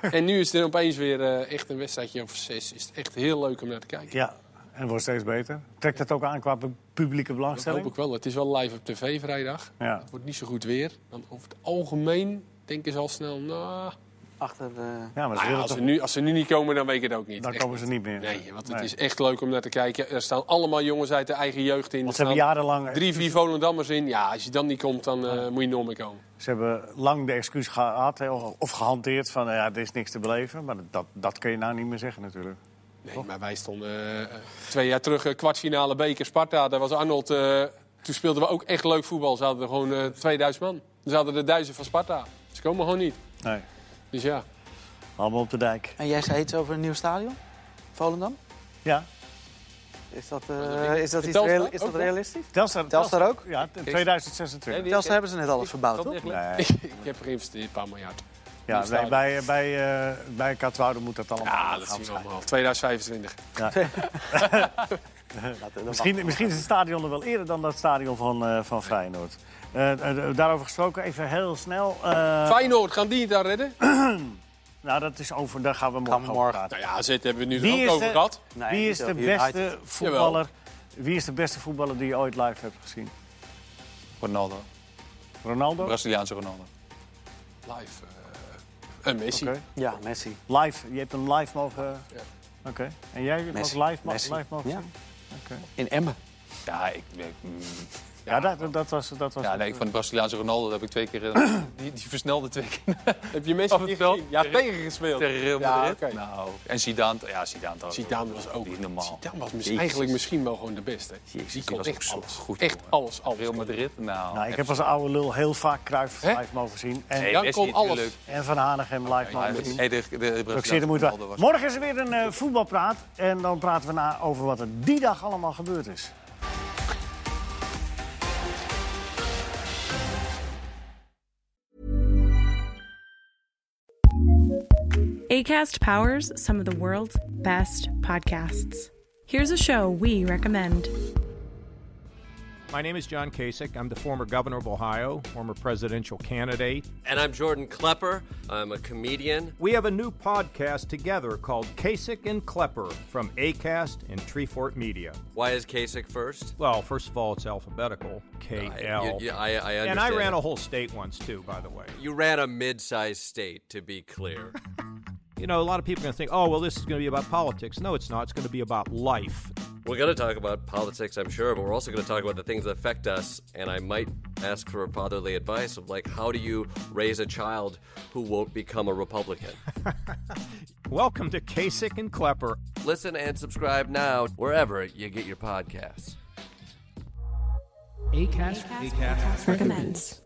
Speaker 2: En nu is er opeens weer eh, echt een wedstrijdje of zes. Is het echt heel leuk om naar te kijken.
Speaker 1: Ja, en wordt steeds beter. Trekt dat ook aan qua pu- publieke
Speaker 2: Dat hoop
Speaker 1: belangstelling?
Speaker 2: ik wel. Het is wel live op tv vrijdag.
Speaker 1: Ja.
Speaker 2: Het wordt niet zo goed weer. Dan over het algemeen denken ze al snel, nou...
Speaker 3: Achter eh, de...
Speaker 1: Ja, maar ze
Speaker 2: nou ja,
Speaker 1: willen
Speaker 2: als,
Speaker 1: toch,
Speaker 2: ze nu, als ze nu niet komen, dan weet ik het ook niet.
Speaker 1: dan
Speaker 2: Echt
Speaker 1: komen ze niet meer.
Speaker 2: Nee, want het
Speaker 1: Nee.
Speaker 2: is echt leuk om naar te kijken. Er staan allemaal jongens uit de eigen jeugd in. Er
Speaker 1: Want ze hebben
Speaker 2: staan
Speaker 1: jarenlang
Speaker 2: drie, vier Volendammers in. Ja, als je dan niet komt, dan eh, moet je nog meer komen.
Speaker 1: ze hebben lang de excuus gehad hè, of of gehanteerd van nou ja, er is niks te beleven. Maar dat, dat kun je nou niet meer zeggen natuurlijk.
Speaker 2: Nee, maar wij stonden eh, twee jaar terug eh, kwartfinale beker Sparta. Daar was Arnold. eh, toen speelden we ook echt leuk voetbal. Ze hadden er gewoon eh, 2000 man. Ze hadden de duizend van Sparta. Ze komen gewoon niet.
Speaker 1: Nee,
Speaker 2: Dus ja,
Speaker 1: allemaal op de dijk.
Speaker 3: En jij zei iets over een nieuw stadion? Volendam?
Speaker 1: Ja,
Speaker 3: Is dat, eh, is dat, iets
Speaker 2: Telstar
Speaker 3: real-
Speaker 2: ook
Speaker 3: is dat
Speaker 2: nog?
Speaker 3: realistisch?
Speaker 1: Telstar,
Speaker 3: Telstar ook?
Speaker 1: Ja, t- 2026.
Speaker 3: Telstar hebben ze net alles verbouwd, toch?
Speaker 1: Nee,
Speaker 2: <laughs> ik heb er geïnvesteerd, een paar miljard.
Speaker 1: ja, nee, bij, bij, eh bij Katwoude moet dat allemaal
Speaker 2: Ja, Ah, dat
Speaker 1: gaan
Speaker 2: zien we
Speaker 1: schijnen.
Speaker 2: allemaal. 2025.
Speaker 1: Misschien, misschien is het stadion er wel eerder dan dat stadion van, eh, van Feyenoord. Eh, eh, daarover gesproken, even heel snel. eh,
Speaker 2: Feyenoord, gaan die het daar redden?
Speaker 1: Nou, dat is over. Daar gaan we morgen,
Speaker 3: we morgen.
Speaker 1: over praten.
Speaker 2: Nou ja, AZ hebben we nu
Speaker 1: Wie
Speaker 2: er
Speaker 1: is
Speaker 2: ook over
Speaker 1: de-
Speaker 2: gehad.
Speaker 3: Nee,
Speaker 1: wie
Speaker 3: niet
Speaker 1: is de
Speaker 3: over United.
Speaker 1: beste voetballer? Wie is de beste voetballer die je ooit live hebt gezien?
Speaker 4: Ronaldo.
Speaker 1: Ronaldo?
Speaker 4: Braziliaanse Ronaldo.
Speaker 2: Live. eh, en Messi.
Speaker 1: Oké.
Speaker 3: Ja, Messi.
Speaker 1: Live, je hebt hem live mogen...
Speaker 2: Ja.
Speaker 1: Oké. En jij hebt
Speaker 3: Messi.
Speaker 1: ook live, mo-
Speaker 3: Messi.
Speaker 1: live mogen
Speaker 3: Ja.
Speaker 1: zien? Oké.
Speaker 3: In Emmen.
Speaker 4: Ja, ik, ik- mm,
Speaker 1: Ja, dat, dat was... Dat was
Speaker 4: ja nee, ik van de Braziliaanse Ronaldo heb ik twee keer... eh, die, die versnelde twee keer
Speaker 2: Heb je Messi
Speaker 4: Op het
Speaker 2: niet
Speaker 4: veld?
Speaker 2: gezien? Ja, tegengespeeld.
Speaker 4: tegen Real
Speaker 2: Ja,
Speaker 4: Madrid.
Speaker 2: oké.
Speaker 4: Nou, en Zidane, ja, Zidane trouwens.
Speaker 2: Zidane was ook...
Speaker 4: Niet normaal.
Speaker 2: Zidane was mis-
Speaker 4: Jezus.
Speaker 2: eigenlijk misschien wel gewoon de beste. die kon
Speaker 4: was ook
Speaker 2: echt
Speaker 4: zo
Speaker 2: alles.
Speaker 4: goed,
Speaker 2: echt
Speaker 4: jongen.
Speaker 2: alles, alles.
Speaker 4: Real Madrid, nou...
Speaker 1: Nou, ik heb
Speaker 4: echt-
Speaker 1: als oude lul heel vaak Cruijff
Speaker 2: Hè?
Speaker 1: live mogen zien. En,
Speaker 4: Nee,
Speaker 2: Ja,
Speaker 4: Messi
Speaker 2: kon
Speaker 4: natuurlijk.
Speaker 2: alles.
Speaker 1: en Van Hanegem live
Speaker 4: Maar
Speaker 1: mogen zien.
Speaker 4: nee, de, de, de
Speaker 1: Braziliaanse
Speaker 4: Braziliaanse
Speaker 1: moeten we-
Speaker 4: Ronaldo was...
Speaker 1: Morgen is er weer een eh, voetbalpraat. En dan praten we na over wat er die dag allemaal gebeurd is.
Speaker 5: ACAST powers some of the world's best podcasts. Here's a show we recommend.
Speaker 6: My name is John Kasich. I'm the former governor of Ohio, former presidential candidate.
Speaker 7: And I'm Jordan Klepper. I'm a comedian.
Speaker 6: We have a new podcast together called Kasich and Klepper from ACAST and Treefort Media.
Speaker 7: Why is Kasich first?
Speaker 6: Well, first of all, it's alphabetical K
Speaker 7: I,
Speaker 6: L.
Speaker 7: you- you- I, I understand.
Speaker 6: And I ran
Speaker 7: that.
Speaker 6: a whole state once, too, by the way.
Speaker 7: You ran a mid-sized state, to
Speaker 6: <laughs>
Speaker 7: be clear.
Speaker 6: You know, a lot of people are going to think, oh, well, this is going to be about politics. No, it's not. It's going to be about life.
Speaker 7: we're going to talk about politics, I'm sure, but we're also going to talk about the things that affect us. And I might ask for fatherly advice of like, how do you raise a child who won't become
Speaker 6: <laughs>
Speaker 7: a Republican?
Speaker 6: Welcome to Kasich and Klepper.
Speaker 7: Listen and subscribe now wherever you get your podcasts.
Speaker 5: recommends.